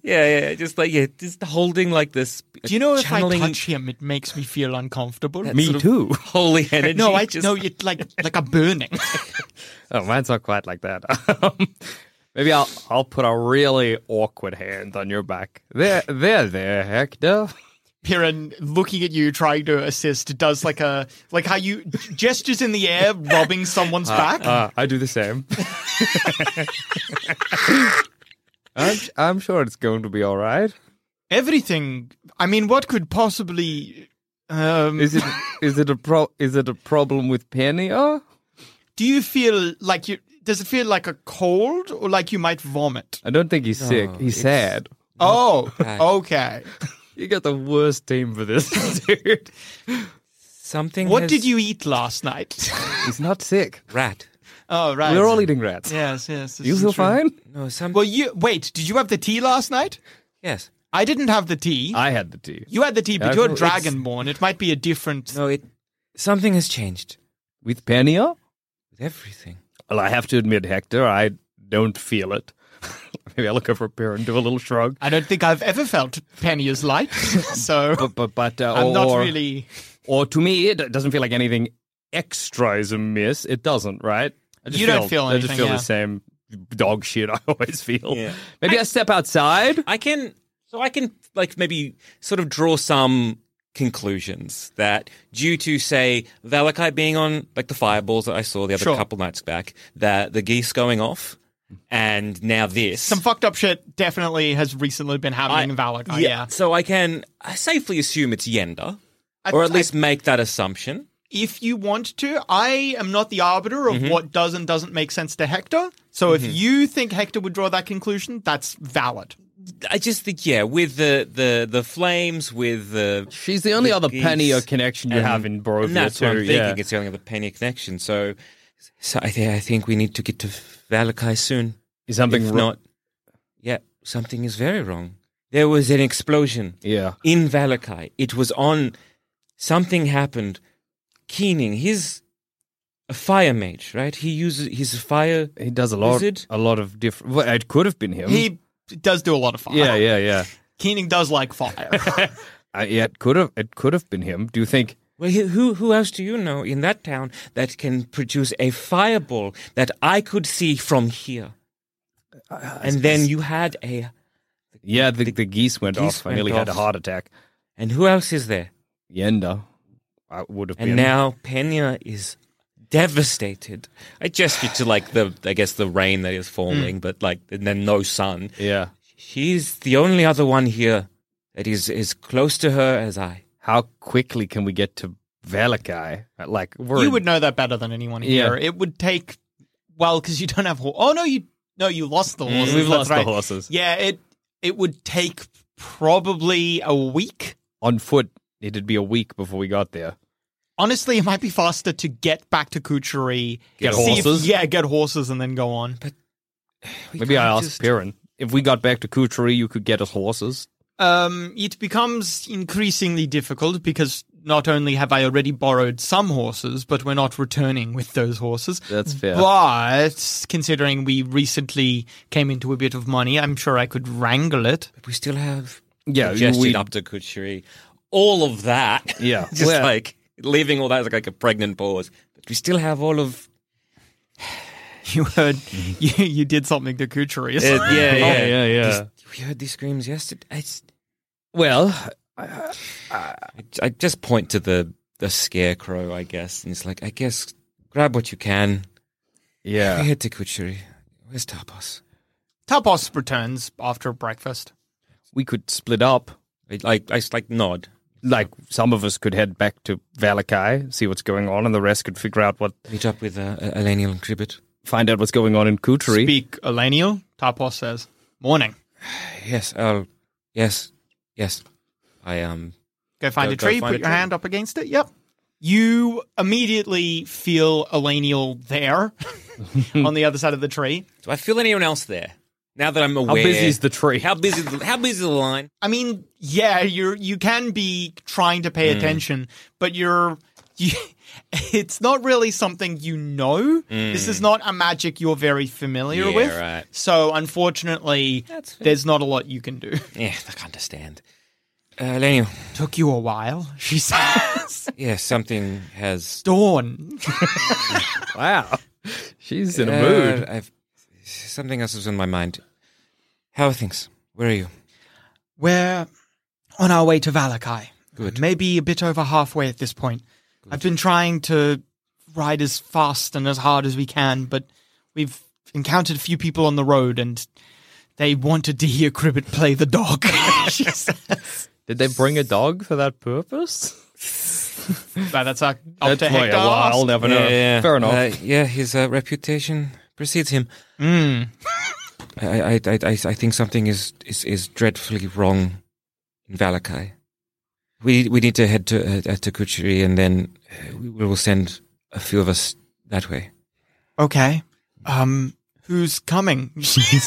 Yeah, yeah, just like yeah, just holding like this.
Do you know if
channeling
I touch him, it makes me feel uncomfortable?"
that sort of *laughs* Holy energy.
No, I
just
no, it's like like a burning. *laughs*
Oh, mine's not quite like that. *laughs* Um, Maybe I'll I'll put a really awkward hand on your back. There, there, there, Hector.
Piran looking at you, trying to assist, does like a like how you gestures in the air, rubbing someone's back.
Uh, I do the same. *laughs* I'm, I'm sure it's going to be all right.
Everything. I mean, what could possibly? Um,
Is it is it a pro is it a problem with Penny? Oh,
Do you feel like you? Does it feel like a cold or like you might vomit?
I don't think he's sick.
No,
He's
it's-
sad.
Oh, okay.
You got the worst team for this, *laughs* dude.
Something.
What
has-
did you eat last
*laughs*
night?
He's not sick.
Rat.
Oh, right.
We're all eating rats.
Yes, yes. this
you
is
feel
true.
fine?
No, something.
Well, you wait. Did you have the tea last night?
yes.
I didn't have the tea.
I had the tea.
you had the tea, but
I
you're
don't- it's-
dragonborn. It might be a different.
No, it. Something has changed
With oh? Pania?
with everything.
Well, I have to admit, Hector, I don't feel it. *laughs* Maybe I look over at Pier and do a little shrug.
I don't think I've ever felt Penny as light.
*laughs*
So
But, but, but uh,
I'm
or,
not really.
or to me, it doesn't feel like anything extra is amiss. It doesn't, right? I
You don't feel
I
anything,
just feel
yeah.
the same dog shit *laughs* I always feel.
Yeah.
Maybe I, step outside.
I can. So I can like maybe sort of draw some conclusions that due to say Valakai being on like the fireballs that I saw the other
Sure.
couple nights back, that the geese going off, and now this
Some fucked up shit definitely has recently been happening in Valak. Yeah.
So I can safely assume it's Yenda,
I-
or at
I-
least make that assumption.
If you want to, I am not the arbiter
Mm-hmm.
of what does and doesn't make sense to Hector. So if you think Hector would draw that conclusion, that's valid.
I just think, yeah, with the the the flames, with the
She's the only other
geese,
Panio connection you
and-
have in Borovia,
and that's what I'm
too,
thinking.
yeah.
It's the only other Penny connection. So, so I, thi- I think we need to get to Valakai soon.
Is something
if
wrong?
not, yeah, something is very wrong. There was an explosion
Yeah.
in Valakai. It was on. Something happened. Keening, he's a fire mage, right? He uses he's a fire.
He does a lot,
Wizard?
a lot of different. Well, it could have been him.
He does do a lot of fire.
yeah, yeah, yeah.
Keening does like
*laughs*
fire.
I, yeah, it could have. It could have been him. Do you think?
Well, he- who who else do you know in that town that can produce a fireball that I could see from here? and then you had a.
Yeah, the, the, geese went
geese
off. I
went
nearly had a
off.
heart attack.
And who else is there?
Yenda, I would have been.
And now Pena is devastated. I gesture to like the I guess the rain that is falling, but like and then no sun.
yeah.
She's the only other one here that is as close to her as I.
How quickly can we get to Valakai? Like we're
you would know that better than anyone
Yeah.
here. It would take well because you don't have horse. Oh no, you no, you lost the horses.
Mm, we've
that's
lost
right.
the horses
Yeah, it it would take probably a week.
on foot. It'd be a week before we got there.
Honestly, it might be faster to get back to Kuchery.
Get
see if-
horses?
yeah, get horses and then go on.
We
Maybe I
can't
asked
just-
Piran if we got back to Kutri, you could get us horses.
Um, it becomes increasingly difficult because not only have I already borrowed some horses, but we're not returning with those horses.
That's fair.
But considering we recently came into a bit of money, I'm sure I could wrangle it. *laughs*
We still have
Yeah,
digested
we-
up to Kuchiri. All of that.
Yeah.
*laughs* just
Well-
like leaving all that as like a pregnant pause. But we still have all of
You heard,
Mm-hmm.
you, you did something to Kuchery.
yeah, yeah,
Uh, yeah, yeah.
Oh. Just- we heard these screams yesterday. I, s-
Well,
I just point to the the scarecrow, I guess, and it's like, I guess grab what you can. We *laughs*
yeah.
head to Kuchiri. Where's Tapas?
Tapos returns after breakfast.
We could split up.
I, like I s- like nod.
Like some of us could head back to Valakai, see what's going on, and the rest could figure out what,
Meet up with uh, Elenial and Cribbit.
find out what's going on in Kutri.
Speak Elenial. Tapos says, "Morning.
Yes, I'll. Yes, yes. I um.
Go find
Go-
a
go
tree.
find
put
a
your
tree.
hand up against it. Yep." You immediately feel Elenial there
*laughs*
on the other side of the tree.
Do I feel anyone else there now that I'm
How
aware?
busy is the tree?
How busy? is the- How busy is the line?
I mean, yeah, you're you can be trying to
Mm.
pay attention, but you're *laughs* you, it's not really something you know. This is not a magic you're very familiar
Mm. Yeah,
with.
right.
So unfortunately, there's not a lot you can do. *laughs*
Yeah, I can't understand. Uh, Elenial.
Took you a while, she says.
Yeah, something has.
Dawn.
Wow. *laughs* She's in a
Uh,
mood.
I've something else is on my mind. How are things? Where are you?
We're on our way to Valakai.
Good.
Maybe a bit over halfway at this point. I've been trying to ride as fast and as hard as we can, but we've encountered a few people on the road and they wanted to *laughs* hear Cribbit play the dog. *laughs* She says.
*laughs* Did they bring a dog for that purpose?
But that's up
That's
to
why
Hector.
a while, I'll
asked.
never know. Oh, Fair enough.
Uh, yeah, his uh, reputation precedes him.
Hmm.
I, I, I, I I think something is, is, is dreadfully wrong in Valakai. We we need to head to uh, uh, to Kuchiri and then uh, we will send a few of us that way.
Okay. Um, who's coming? *laughs*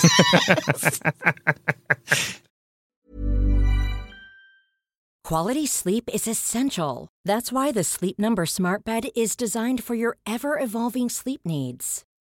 Quality sleep is essential. That's why the Sleep Number Smart Bed is designed for your ever evolving sleep needs.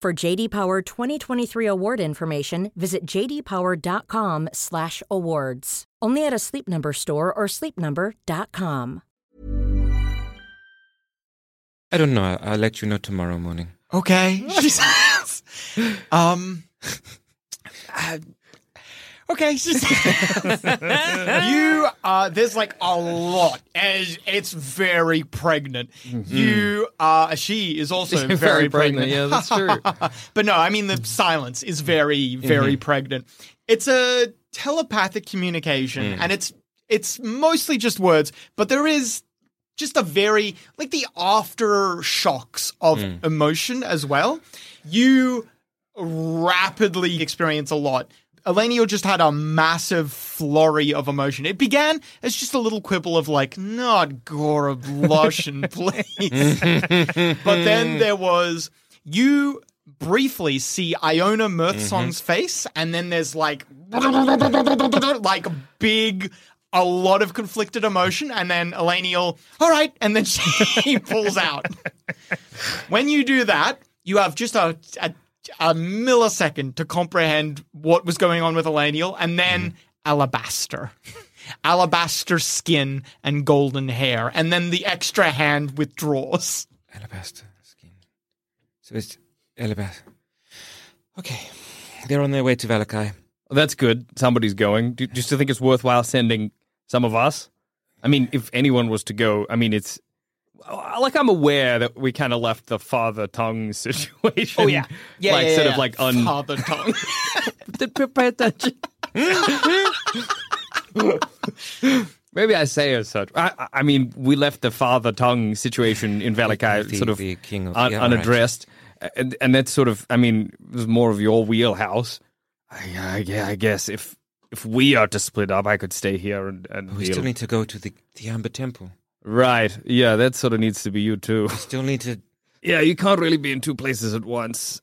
For JD Power 2023 award information, visit jdpower.com/awards. Only at a Sleep Number store or sleepnumber.com.
I don't know. I- I'll let you know tomorrow morning.
*laughs*
okay. She says. Um. uh, okay. She says. *laughs* you are. There's like a lot. As it's very pregnant. You are. She is
*laughs*
also very, pregnant.
Mm-hmm. Yeah, that's true.
*laughs*
Mm-hmm.
but no, I mean the silence is very, very pregnant. It's a telepathic communication,
Mm.
and it's it's mostly just words, but there is just a very like the aftershocks of
Mm.
emotion as well. You rapidly experience a lot. Eleniel just had a massive flurry of emotion. It began as just a little quibble of like, not Gora Blushin, please. But then there was you briefly see Iona Mirthsong's face, and then there's like *laughs* like big a lot of conflicted emotion, and then Elenial, all right, and then she *laughs* pulls out. when you do that, you have just a, a a millisecond to comprehend what was going on with Elenial, and then
Mm-hmm.
Alabaster. Alabaster skin and golden hair, and then the extra hand withdraws.
Alabaster skin. So it's alabaster. Okay, they're on their way to Valakai.
that's good. Somebody's going. Do, do you still think it's worthwhile sending some of us? I mean, if anyone was to go, I mean, it's uh, like I'm aware that we kind of left the father tongue *laughs* situation. Oh yeah, like sort of like un.
Father tongue.
Pay attention. Maybe I say as such. I, I- I mean, we left the father tongue situation in Valakai
The-
sort of,
the king of-
un-
yeah, all right.
unaddressed, and, and that's sort of. I mean, it was more of your wheelhouse. I, I, yeah, I guess if if we are to split up, I could stay here and, and
Oh, We
deal.
still need to go to the, the Amber Temple.
right. Yeah, that sort of needs to be you too. *laughs*
Still need to.
yeah, you can't really be in two places at once.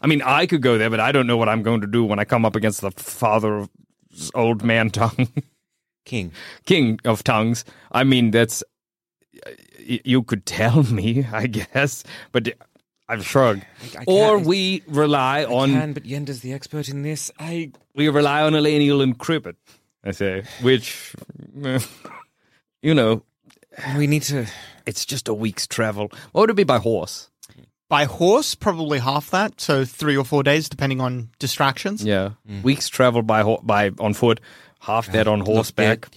I mean, I could go there, but I don't know what I'm going to do when I come up against the father of old man tongue. *laughs*
King.
king of tongues. I mean, that's y- you could tell me, *laughs* I guess, but I've shrugged.
I- I
or
can't-
we rely on
Can, but Yender's the expert in this. I.
we rely on Elenial and Cribbit. I say, which *laughs* eh, you know,
We need to.
it's just a week's travel. What would it be by horse?
*laughs* By horse, probably half that, so three or four days, depending on distractions.
Yeah,
Mm.
weeks travel by ho- by on foot, half that
*laughs*
on horseback.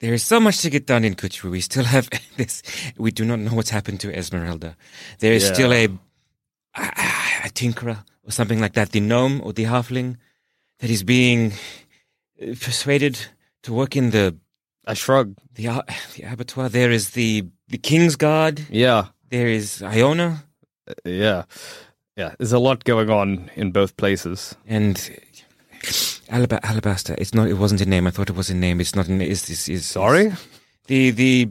There is so much to get done in Kuchuru. We still have *laughs* this. We do not know what's happened to Esmeralda. There is
Yeah.
still a, a a tinkerer or something like that, the gnome or the halfling, that is being uh, persuaded to work in the
I shrug.
the, ar- the abattoir. There is the the king's guard.
Yeah,
There is Iona,
yeah, yeah. There's a lot going on in both places.
and Alaba- Alabaster. It's not. It wasn't a name. I thought it was a name. It's not. An, is this is
Sorry.
the the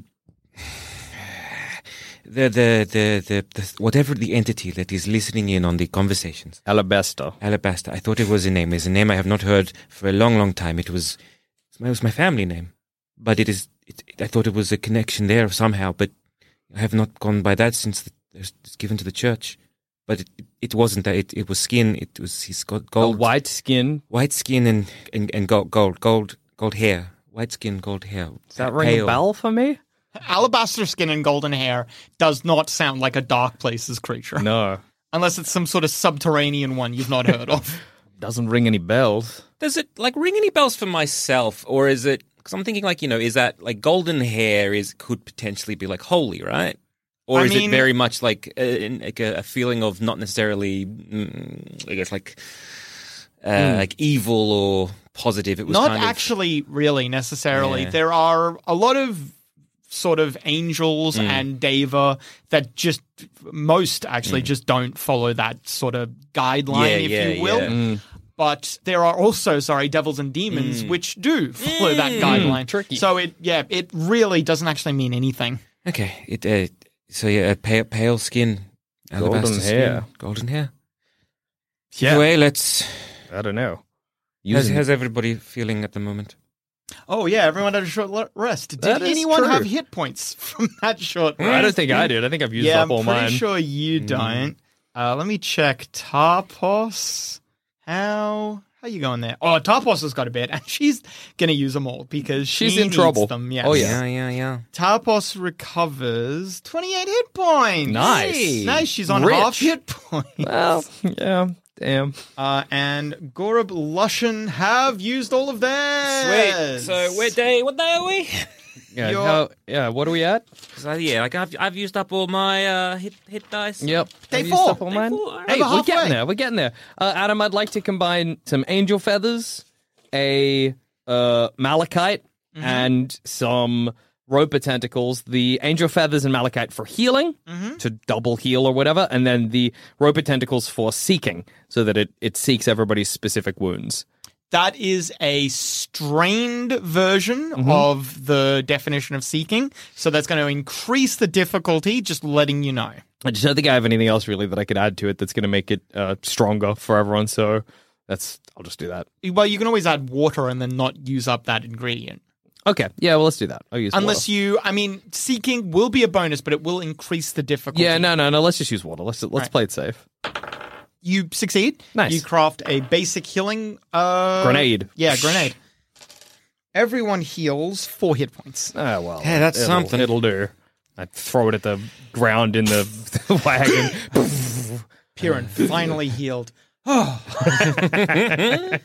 the the the, the, the whatever the entity that is listening in on the conversations.
Alabaster.
Alabaster. I thought it was a name. It's a name I have not heard for a long, long time. It was it was my family name, but it is. It, it- I thought it was a connection there somehow, but I have not gone by that since the, it's given to the church. But it, it wasn't that. It, it was skin. It was his gold,
A
gold
white skin.
white skin, and and, and gold, gold, gold, gold hair. White skin, gold hair.
Does that ring a
Pale.
bell for me?
Alabaster skin and golden hair does not sound like a Dark Places creature,
No.
unless it's some sort of subterranean one you've not heard of.
Doesn't ring any bells.
Does it like ring any bells for myself, or is it? Because I'm thinking like you know, is that like golden hair is could potentially be like holy, right? Or
I
is
mean-
it very much like a, in- like a, a feeling of not necessarily, mm, I guess like uh, like evil or positive? It was
Hmm. Not
kind of-
actually, really necessarily.
Yeah.
There are a lot of sort of angels and deva that just most actually just don't follow that sort of guideline,
Yeah,
if
yeah,
you will.
yeah.
But there are also, sorry, devils and demons which do follow that guideline. Tricky. So it, yeah, it really doesn't actually mean anything.
okay. It uh, so yeah, a pale, pale skin,
Golden
alabaster skin,
hair.
golden hair.
Yeah.
Anyway, let's.
I don't know.
How's,
Using-
how's everybody feeling at the moment?
Oh yeah, everyone had a short le- rest. Did
That is
anyone
true.
have hit points *laughs* from that short rest?
I don't think I did. I think I've used
yeah,
up all
I'm pretty
mine. Mm-hmm.
sure you don't. Uh, let me check Tarpos. How how you going there? Oh, Tarpos has got a bit, *laughs* and she's gonna use them all because
She's
she
in
needs
trouble.
Them. Yes.
Oh, yeah.
yeah, yeah.
Tarpos recovers 28 hit points.
Nice.
Nice. She's on
Rich.
half hit points.
*laughs* Well, *laughs* yeah, damn.
Uh, and Gorub Lushan have used all of
Sweet.
theirs.
So we're day. What day are we?
Yeah,
You're-
how- yeah. What are we at?
So yeah, like I've I've used up all my uh, hit hit dice.
Yep.
Day
Have you used
four.
up all
Day
mine?
four, alright.
Hey,
Over
we're
halfway.
getting there. We're getting there. Uh, Adam, I'd like to combine some angel feathers, a uh, malachite,
Mm-hmm.
and some roper tentacles. The angel feathers and malachite for healing
Mm-hmm.
to double heal or whatever, and then the roper tentacles for seeking, so that it it seeks everybody's specific wounds.
That is a strained version
Mm-hmm.
of the definition of seeking. So that's going to increase the difficulty, just letting you know.
I just don't think I have anything else really that I could add to it that's going to make it uh, stronger for everyone. So that's I'll just do that.
Well, you can always add water and then not use up that ingredient.
Okay, yeah, well, let's do that. I'll use
Unless you, I mean, seeking will be a bonus, but it will increase the difficulty.
Yeah, no, no, no. Let's just use water. Let's let's play it safe.
You succeed.
Nice.
You craft a basic healing uh,
Grenade.
Yeah, grenade. Everyone heals four hit points.
Oh well.
Hey, that's
it'll-
something.
It'll do. I throw it at the ground in the *laughs* wagon.
Piran
*laughs*
finally healed. Oh, *laughs*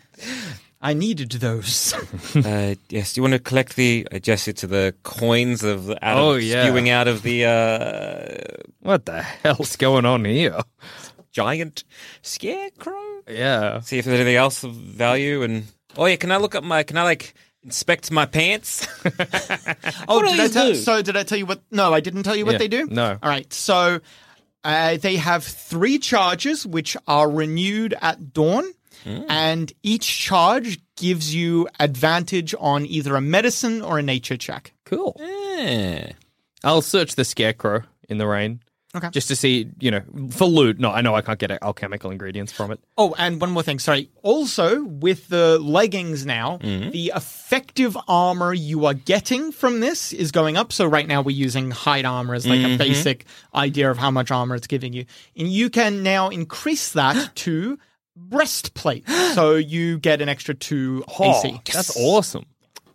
I needed those.
Uh, yes. Do you want to collect the? I gesture to the coins of the out of-
Oh, yeah.
spewing out of the uh,
what the hell's going on here?
giant scarecrow.
Yeah.
See if there's anything else of value. And oh yeah, can I look up my? Can I like inspect my
*laughs*
pants? *laughs*
Oh,
What do
did I
they
tell,
do?
so did I tell you what? No, I didn't tell you what
Yeah,
they do.
no.
All right. So uh, they have three charges, which are renewed at dawn, and each charge gives you advantage on either a medicine or a nature check.
Cool.
Eh.
I'll search the scarecrow in the rain.
Okay.
Just to see, you know, for loot. No, I know I can't get alchemical ingredients from it.
Oh, and one more thing. Sorry. Also, with the leggings now,
Mm-hmm.
the effective armor you are getting from this is going up. So right now we're using hide armor as
Mm-hmm.
like a basic idea of how much armor it's giving you, and you can now increase
*gasps*
that to breastplate. So you get an extra
*gasps*
two AC.
That's awesome.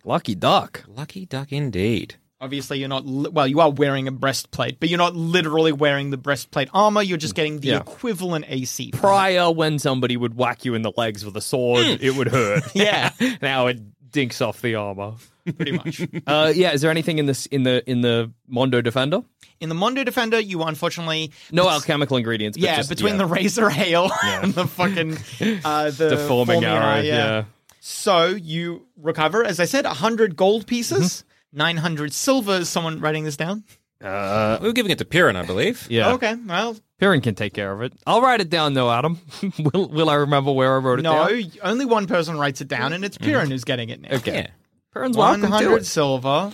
Lucky duck.
Lucky duck indeed.
Obviously, you're not li- well. You are wearing a breastplate, but you're not literally wearing the breastplate armor. You're just getting the
Yeah.
equivalent AC. from it.
Prior, when somebody would whack you in the legs with a sword, it would hurt. *laughs*
Yeah.
now it dinks off the armor.
Pretty
*laughs*
much.
Uh, yeah, is there anything in this in the in the Mondo Defender?
In the Mondo Defender, you unfortunately
No alchemical ingredients. But
yeah,
just,
between
yeah,
the razor hail *laughs* and the fucking
*laughs*
uh, the,
the forming arrow. Yeah.
So you recover, as I said, hundred gold pieces,
Mm-hmm.
hundred silver. Is someone writing this down? Uh, Oh,
we were giving it to Piran, I believe.
yeah.
Okay. Well,
Perrin can take care of it. I'll write it down though, Adam. *laughs* will Will I remember where I wrote it
no,
down? Mm-hmm.
only one person writes it down, and it's Piran who's getting it now.
Okay.
Yeah.
Perrin's
One
welcome to
hundred
it.
silver.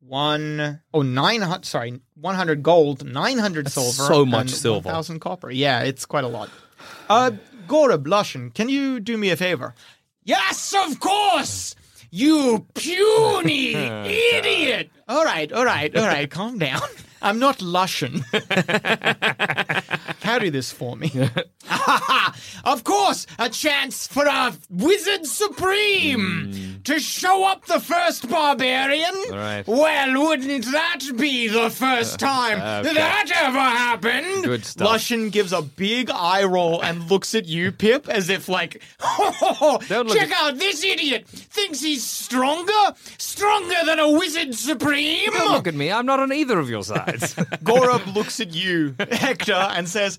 One oh nine hundred sorry one hundred gold nine hundred silver
so much
and
silver.
one thousand copper yeah it's quite a lot. Uh, Gora Blushin, can you do me a favor? Yes, of course. You
*laughs*
puny idiot! All right, all right, all right.
*laughs*
Calm down. I'm not Lushin. Carry this for me.
*laughs* of course, a chance for our wizard supreme to show up the first barbarian.
Hmm. right.
Well, wouldn't that be
*laughs*
the first time that ever happened?
Good stuff.
Lushin gives a big eye roll and looks at you, Pip, as if like, oh,
Don't look
check
at-
out this idiot. Thinks he's stronger, stronger than a wizard supreme.
Don't look at me. I'm not on either of
*laughs*
your sides.
Gorub looks at you, Hector, and says,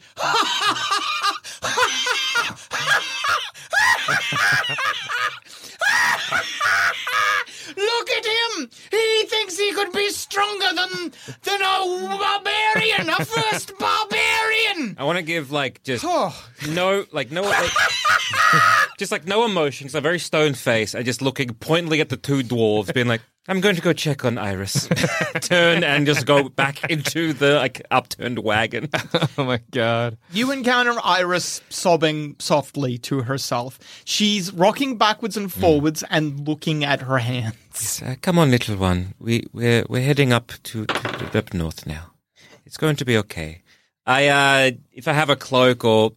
"Look at him! He thinks he could be stronger than than a barbarian, a first barbarian."
I want to give like just no, like no, *laughs* like, just like no emotions. A very stone face. I just looking pointedly at the two dwarves, being like, "I'm going to go check on *laughs* Iris." Turn and just go back into the like upturned wagon.
oh my god.
You encounter Iris sobbing softly to herself. She's rocking backwards and
Mm.
forwards and looking at her hands.
Uh, come on, little one. We we're we're heading up to, to up north now. It's going to be okay. I uh, if I have a cloak or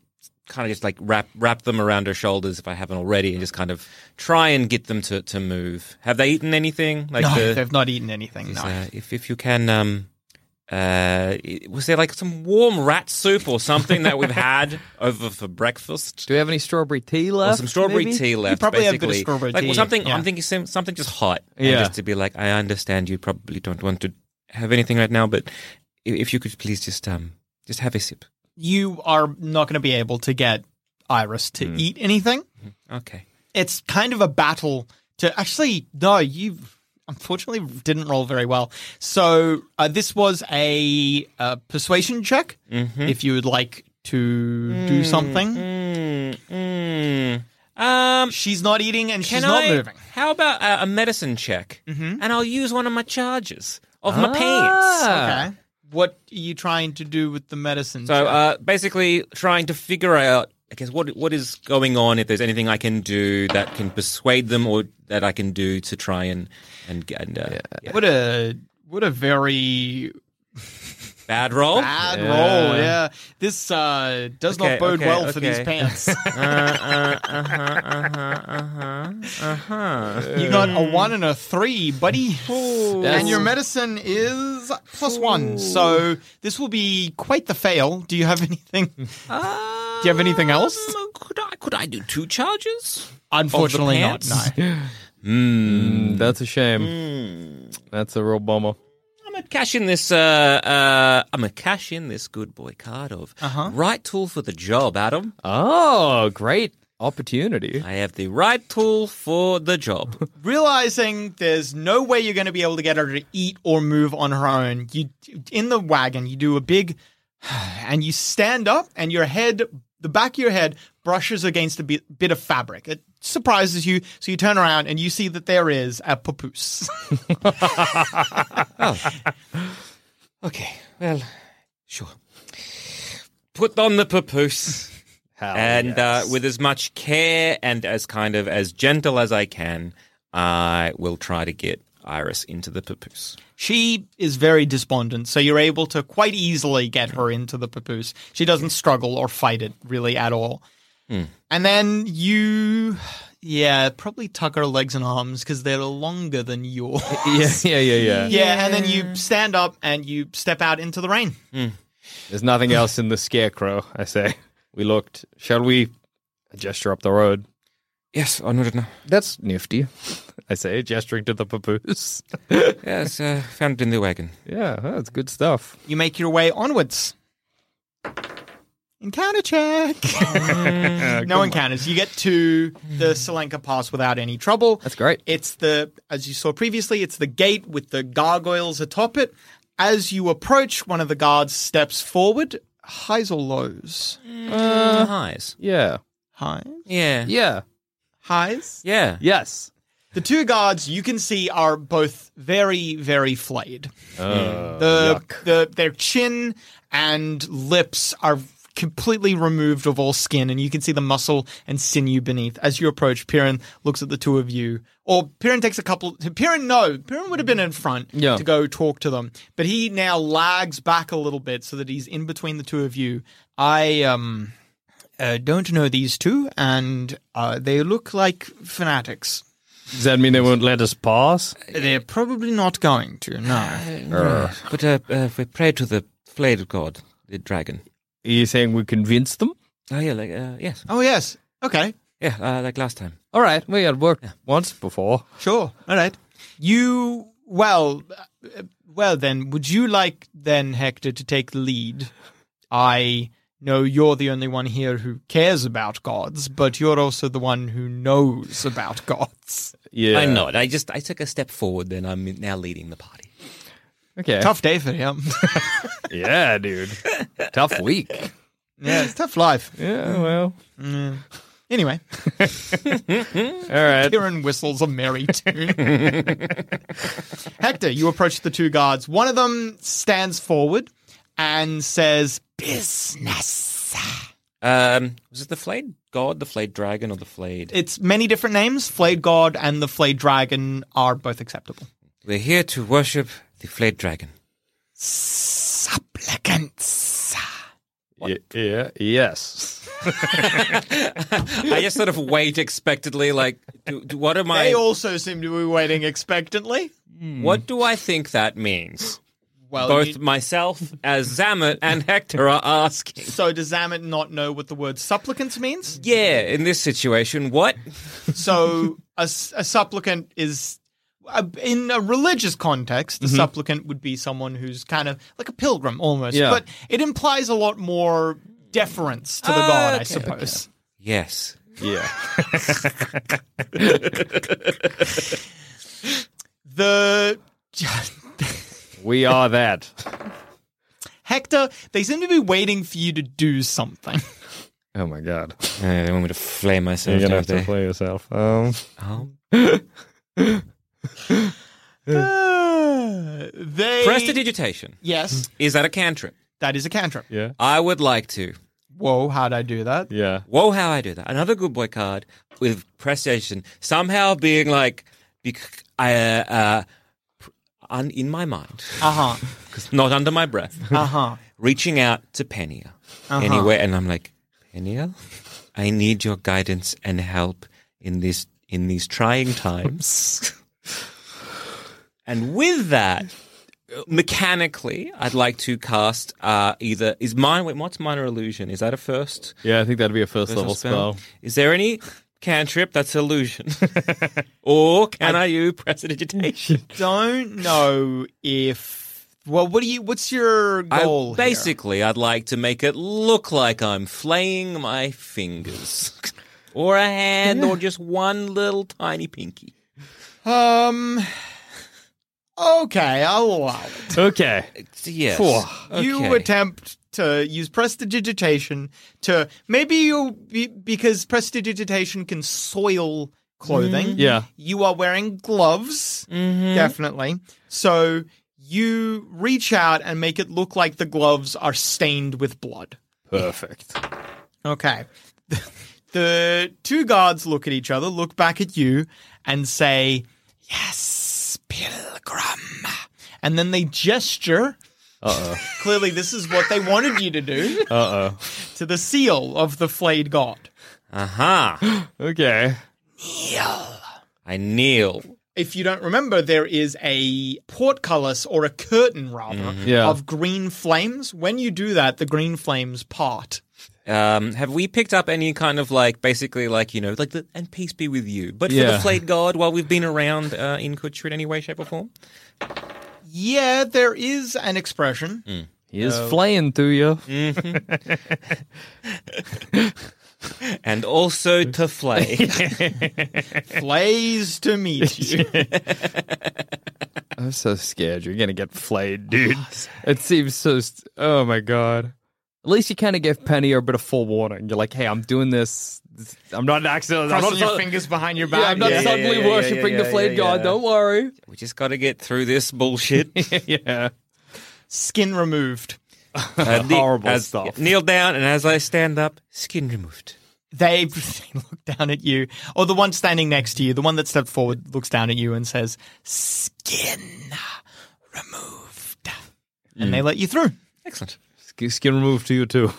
kind of just like wrap wrap them around her shoulders if I haven't already, and just kind of try and get them to, to move. Have they eaten anything? Like
No,
the-
they've not eaten anything.
is,
No.
uh, if if you can, um, uh, i- was there like some warm rat soup or something that we've
*laughs*
had over for breakfast?
Do we have any strawberry tea
Or
left?
some strawberry
maybe?
tea left.
probably have a bit of
basically.
strawberry
like,
tea,
Well, something.
yeah.
I'm thinking some- something just hot. and
Yeah.
Just to be like, I understand you probably don't want to have anything right now, but i- if you could please just um just have a sip.
you are not going to be able to get Iris to
Mm.
eat anything.
Okay.
It's kind of a battle to actually. No, you unfortunately didn't roll very well. So uh, this was a, uh persuasion check. If you would like to do something,
Mm, mm. Um.
she's not eating and she's
can
not
I-
moving.
How about uh, a medicine check? Mm-hmm. And I'll use one of my charges of my pants.
Ah.
Okay. What are you trying to do with the medicine?
So
check?
uh, basically, trying to figure out, I guess, what what is going on. If there's anything I can do that can persuade them, or that I can do to try and and, get- and uh, yeah.
what a what a very
bad roll.
bad
Yeah.
roll. Yeah, this uh, does
Okay,
not bode
okay,
well for these
okay.
pants.
*laughs* Uh, uh, uh-huh, uh-huh, uh-huh, uh-huh.
You got a one and a three, buddy. And your medicine is plus one. So this will be quite the fail. Do you have *laughs* anything? Do you have anything else?
Um, Could I could I do two charges?
Unfortunately not.
pants?
No.
Mm, that's a shame.
Hmm.
That's a real bummer.
I'm gonna cash in this. Uh, uh, I'm gonna cash in this good boy card of
Uh-huh.
right tool for the job, Adam.
Oh, great opportunity.
I have the right tool for the job.
Realizing there's no way you're going to be able to get her to eat or move on her own, you in the wagon, you do a big *sighs* and you stand up and your head the back of your head brushes against a bit, bit of fabric. It surprises you, so you turn around and you see that there is a papoose. *laughs*
Okay, well, sure. Put on the *laughs* papoose.
Hell
and
yes.
uh, with as much care and as kind of as gentle as I can, I will try to get Iris into the papoose.
She is very despondent, so you're able to quite easily get her into the papoose. She doesn't struggle or fight it really at all. And then you, yeah, probably tuck her legs and arms because they're longer than yours.
yeah, *laughs* yeah, yeah, yeah.
Yeah, and then you stand up and you step out into the rain.
There's nothing else in the scarecrow, I say. We looked. Shall we gesture up the road?
Yes, onward now.
That's nifty, I say, gesturing to the papoose.
Yes, uh, found it in the wagon.
yeah, that's good stuff.
You make your way onwards. Encounter check. *laughs* no encounters. You get to the Selenka Pass without any trouble.
That's great.
It's the, as you saw previously, it's the gate with the gargoyles atop it. As you approach, one of the guards steps forward. Highs or lows?
Uh, highs.
Yeah,
Highs.
Yeah.
yeah,
Highs.
Yeah.
yes.
The two guards you can see are both very, very flayed.
Uh,
the,
yuck.
the their chin and lips are completely removed of all skin and you can see the muscle and sinew beneath as you approach Piran looks at the two of you or Piran takes a couple Piran no Piran would have been in front
Yeah.
to go talk to them but he now lags back a little bit so that he's in between the two of you I um uh, don't know these two, and uh, they look like fanatics.
Does that mean they won't let us pass?
They're probably not going to. No,
But uh, uh, we pray to the flayed god, the dragon.
Are you saying we convinced them?
Oh yeah, like uh, yes,
Oh yes. Okay.
yeah, uh, like last time.
All right, we had worked once before.
Sure. All right. You well, uh, well then. Would you like then Hector to take the lead? I know you're the only one here who cares about gods, but you're also the one who knows about *laughs* gods.
Yeah,
I know it. I just I took a step forward. Then I'm now leading the party.
Okay,
Tough day for him. *laughs*
Yeah, *laughs* dude, tough week.
yeah, it's tough life.
Yeah, well,
Anyway,
all right.
Kieran whistles a merry tune. Hector, you approach the two guards. One of them stands forward and says, "Business."
Um, was it the flayed god, the flayed dragon, or the flayed?
It's many different names. Flayed God and the Flayed Dragon are both acceptable.
We're here to worship the flayed dragon.
Supplicants.
Y- yeah, yes.
I just sort of wait expectantly, like, do, do, what am I?
They also seem to be waiting expectantly.
what do I think that means?
Well,
Both
Oh, you-
myself as Zamet and Hector are asking.
so does Zamet not know what the word supplicants means?
Yeah, in this situation, what?
So a, s- a supplicant is, a, in a religious context, a
Mm-hmm.
supplicant would be someone who's kind of like a pilgrim almost.
Yeah.
But it implies a lot more deference to the
Ah,
god, I
okay,
suppose.
Yes.
Yeah.
The *laughs*
We are that.
Hector, they seem to be waiting for you to do something.
*laughs*
Oh my god.
Uh, they want me to flay myself. don't they?
play yourself. Um
Oh.
Uh, *laughs* they
Prestidigitation.
Yes,
Is that a cantrip?
that is a cantrip.
Yeah.
I would like to.
Whoa, how'd I do that?
Yeah.
Whoa, how I do that. Another good boy card with prestidigitation. Somehow being like, bec- I, uh, uh, pr- un- in my mind, *laughs*
Uh huh.
'cause not under my breath,
Uh huh.
reaching out to Penia. Anyway, and I'm like, Penia, I need your guidance and help in this in these trying times. and with that, mechanically, I'd like to cast uh, either is mine. Wait, what's minor illusion? Is that a first?
Yeah, I think that'd be a first
There's a
level spell.
Is there any cantrip that's illusion? *laughs* or can I, use prestidigitation?
Don't know if. Well, what do you? What's your
I-
goal? here?
basically, I'd like to make it look like I'm flaying my fingers. *laughs* or a hand, or just one little tiny pinky.
Um. Okay, I'll allow it.
Okay.
It's- Yes.
Four.
You
Okay.
attempt to use prestidigitation to maybe you be- because prestidigitation can soil clothing.
Mm-hmm.
Yeah.
You are wearing gloves, definitely. So you reach out and make it look like the gloves are stained with blood.
*laughs* Perfect.
Okay. *laughs* the two guards look at each other, look back at you, and say, Yes, pilgrim. And then they gesture.
Uh oh.
*laughs* Clearly, this is what they wanted you to do
Uh
*laughs* to the seal of the flayed god.
Aha.
oh. Okay.
Uh-huh. I kneel.
If you don't remember, there is a portcullis or a curtain, rather,
Yeah.
of green flames. When you do that, the green flames part.
Um, have we picked up any kind of like, basically, like you know, like the and peace be with you, but for the
Yeah.
flayed god, while we've been around uh, in Kutcher in any way, shape, or form?
Yeah, there is an expression.
He is flaying through you.
and also to flay.
Flays to meet you.
I'm so scared you're gonna get *laughs* flayed, dude. it seems so. St- oh my god. At least you kind of gave Penny a bit of forewarning. You're like, hey, I'm doing this. This- I'm not an accident. I'm not,
Crossing your
su-
fingers behind your back.
yeah, I'm not
Yeah, yeah,
suddenly
yeah, yeah, yeah,
worshipping
yeah,
the flayed
yeah,
god.
yeah.
Don't worry.
we just got to get through this *laughs* bullshit.
*laughs* yeah.
Skin removed.
Uh, the-
Horrible
as-
stuff.
Kneel down, and as I stand up, skin removed.
They, *laughs* they look down at you, or the one standing next to you, the one that stepped forward, looks down at you and says, "Skin removed," and they let you through.
Excellent.
*laughs* Skin removed to you too.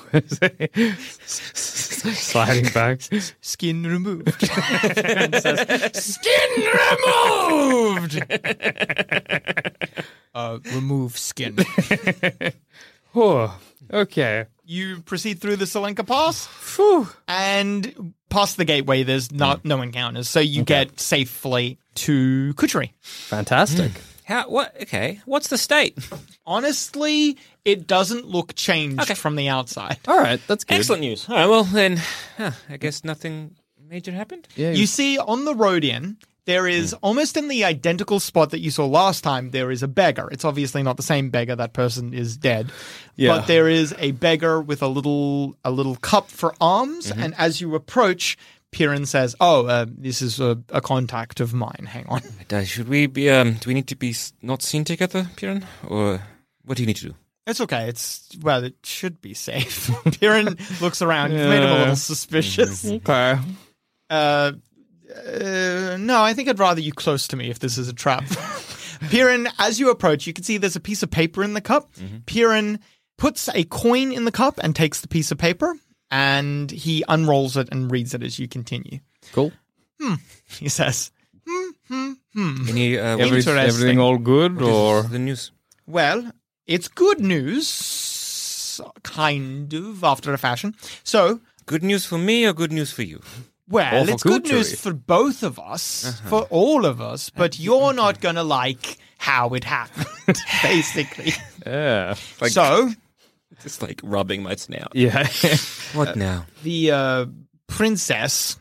sliding *laughs* back.
Skin removed. *laughs* and says, skin *laughs* removed. uh, remove skin.
Oh, okay.
you proceed through the Selenka Pass
Phew.
and past the gateway. There's not no encounters, so you get safely to Kuchari.
Fantastic.
How? What? Okay. What's the state?
Honestly, it doesn't look changed from the outside.
All right, that's good.
Excellent news. All right. Well, then, huh, I guess nothing major happened.
Yeah,
You see on the road in, there
Hmm.
is almost in the identical spot that you saw last time, there is a beggar. It's obviously not the same beggar, that person is dead.
Yeah.
But there is a beggar with a little a little cup for arms,
Mm-hmm.
and as you approach, Piran says, Oh, uh, this is a, a contact of mine. Hang on.
Uh, Should we be? Um, do we need to be s- not seen together, Piran? Or what do you need *laughs* to do?
It's okay. It's well, it should be safe. *laughs* Piran looks around. You've made him a little suspicious.
okay.
Uh, uh, no, I think I'd rather you close to me if this is a trap. *laughs* Piran, as you approach, you can see there's a piece of paper in the cup. Piran puts a coin in the cup and takes the piece of paper, and he unrolls it and reads it as you continue.
Cool.
He says,
Any? Uh,
Every-
what
Interesting.
everything all good
is
or
the news?
Well, it's good news, kind of, after a fashion. So,
Good news for me or good news for you?
Well,
Or for
it's good news
Kuchari.
for both of us,
Uh-huh.
for all of
Uh,
us, but you're not going to like how
*laughs*
it happened, basically.
yeah,
so,
*laughs* Just like rubbing my snout.
*laughs* yeah.
What now?
the uh, princess,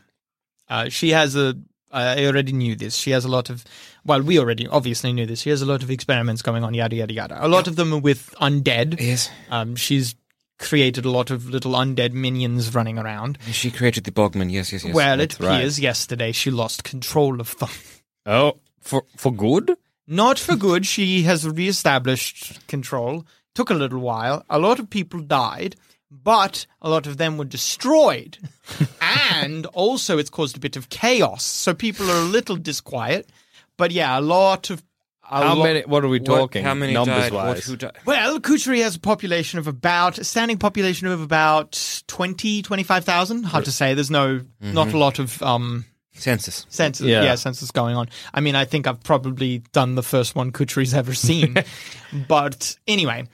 uh, she has a. I already knew this. She has a lot of. Well, we already obviously knew this. She has a lot of experiments going on, yada, yada, yada. A lot of them are with undead.
Yes.
Um, she's created a lot of little undead minions running around.
She created the Bogman. Yes, yes, yes.
well, it
that's right.
appears yesterday she lost control of them.
oh, for for good.
Not for good. She has reestablished control. Took a little while. A lot of people died, but a lot of them
*laughs*
were destroyed. and also, it's caused a bit of chaos. So people are a little disquiet. But yeah, a lot of. A
How
lo-
many? What are we
What-
talking?
how many
numbers
died? What,
wise?
who died?
Well, Kuchari has a population of about, a standing population of about 20, 25,000. Hard to say. There's no, not
Mm-hmm.
a lot of um,
Census.
census, yeah.
Yeah.
census going on. I mean, I think I've probably done the first one Kutri's ever seen,
*laughs*
but anyway,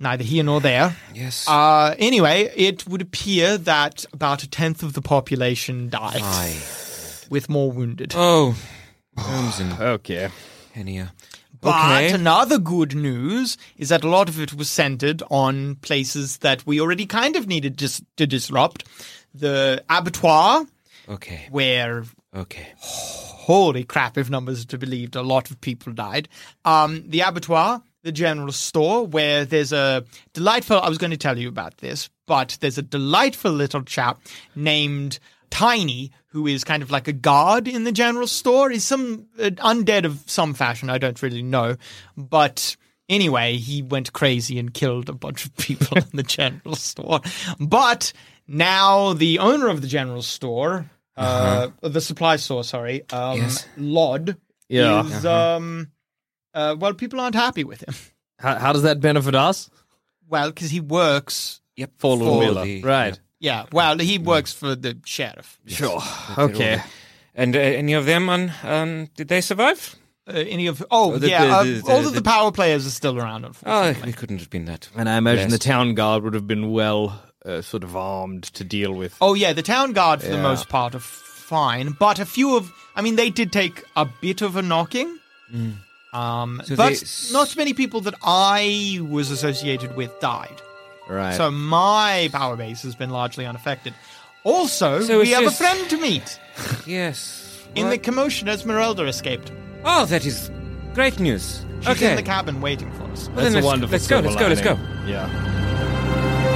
neither here nor there.
Yes.
Uh, anyway, it would appear that about a tenth of the population died,
Aye.
with more wounded.
*sighs*
Oh. Holmes and
Okay.
Henia.
But
okay.
another good news is that a lot of it was centered on places that we already kind of needed dis- to disrupt. The abattoir,
Okay.
where
Okay.
holy crap, if numbers are to be believed, a lot of people died. Um, the abattoir, the general store, where there's a delightful, I was going to tell you about this, but there's a delightful little chap named Tiny, who is kind of like a guard in the general store. He's some uh, undead of some fashion, I don't really know. But anyway, he went crazy and killed a bunch of people in the general *laughs* store. But now the owner of the general store, uh, the supply store, sorry, um,
Yes.
Lod,
Yeah.
is um, uh, well, people aren't happy with him.
How, how does that benefit us?
*laughs* Well, because he works.
Yep.
For Lord Miller,
the-
right?
Yeah, well, he works for the sheriff.
Sure.
yep.
Okay.
And uh, any of them on? Um, did they survive?
Uh, any of oh
the-
yeah,
the-
uh,
the-
all
the-
of the Ah. power players are still around.
Oh,
Unfortunately.
we couldn't have been that.
And I imagine
Blessed.
the town guard would have been well uh, sort of armed to deal with.
Oh yeah, the town guard for the most part are fine, but a few of I mean they did take a bit of a knocking. Um,
So
but
they s-
not many people that I was associated with died.
right.
So my power base has been largely unaffected. Also,
So
we
it's
have
just-
a friend to meet.
Yes.
In the
What?
commotion, Esmeralda escaped.
oh, that is great news.
She's
okay.
in the cabin waiting for us.
That's
Well, then
a
let's-
wonderful
Let's go.
silver
Let's go. Let's go.
lining. Yeah.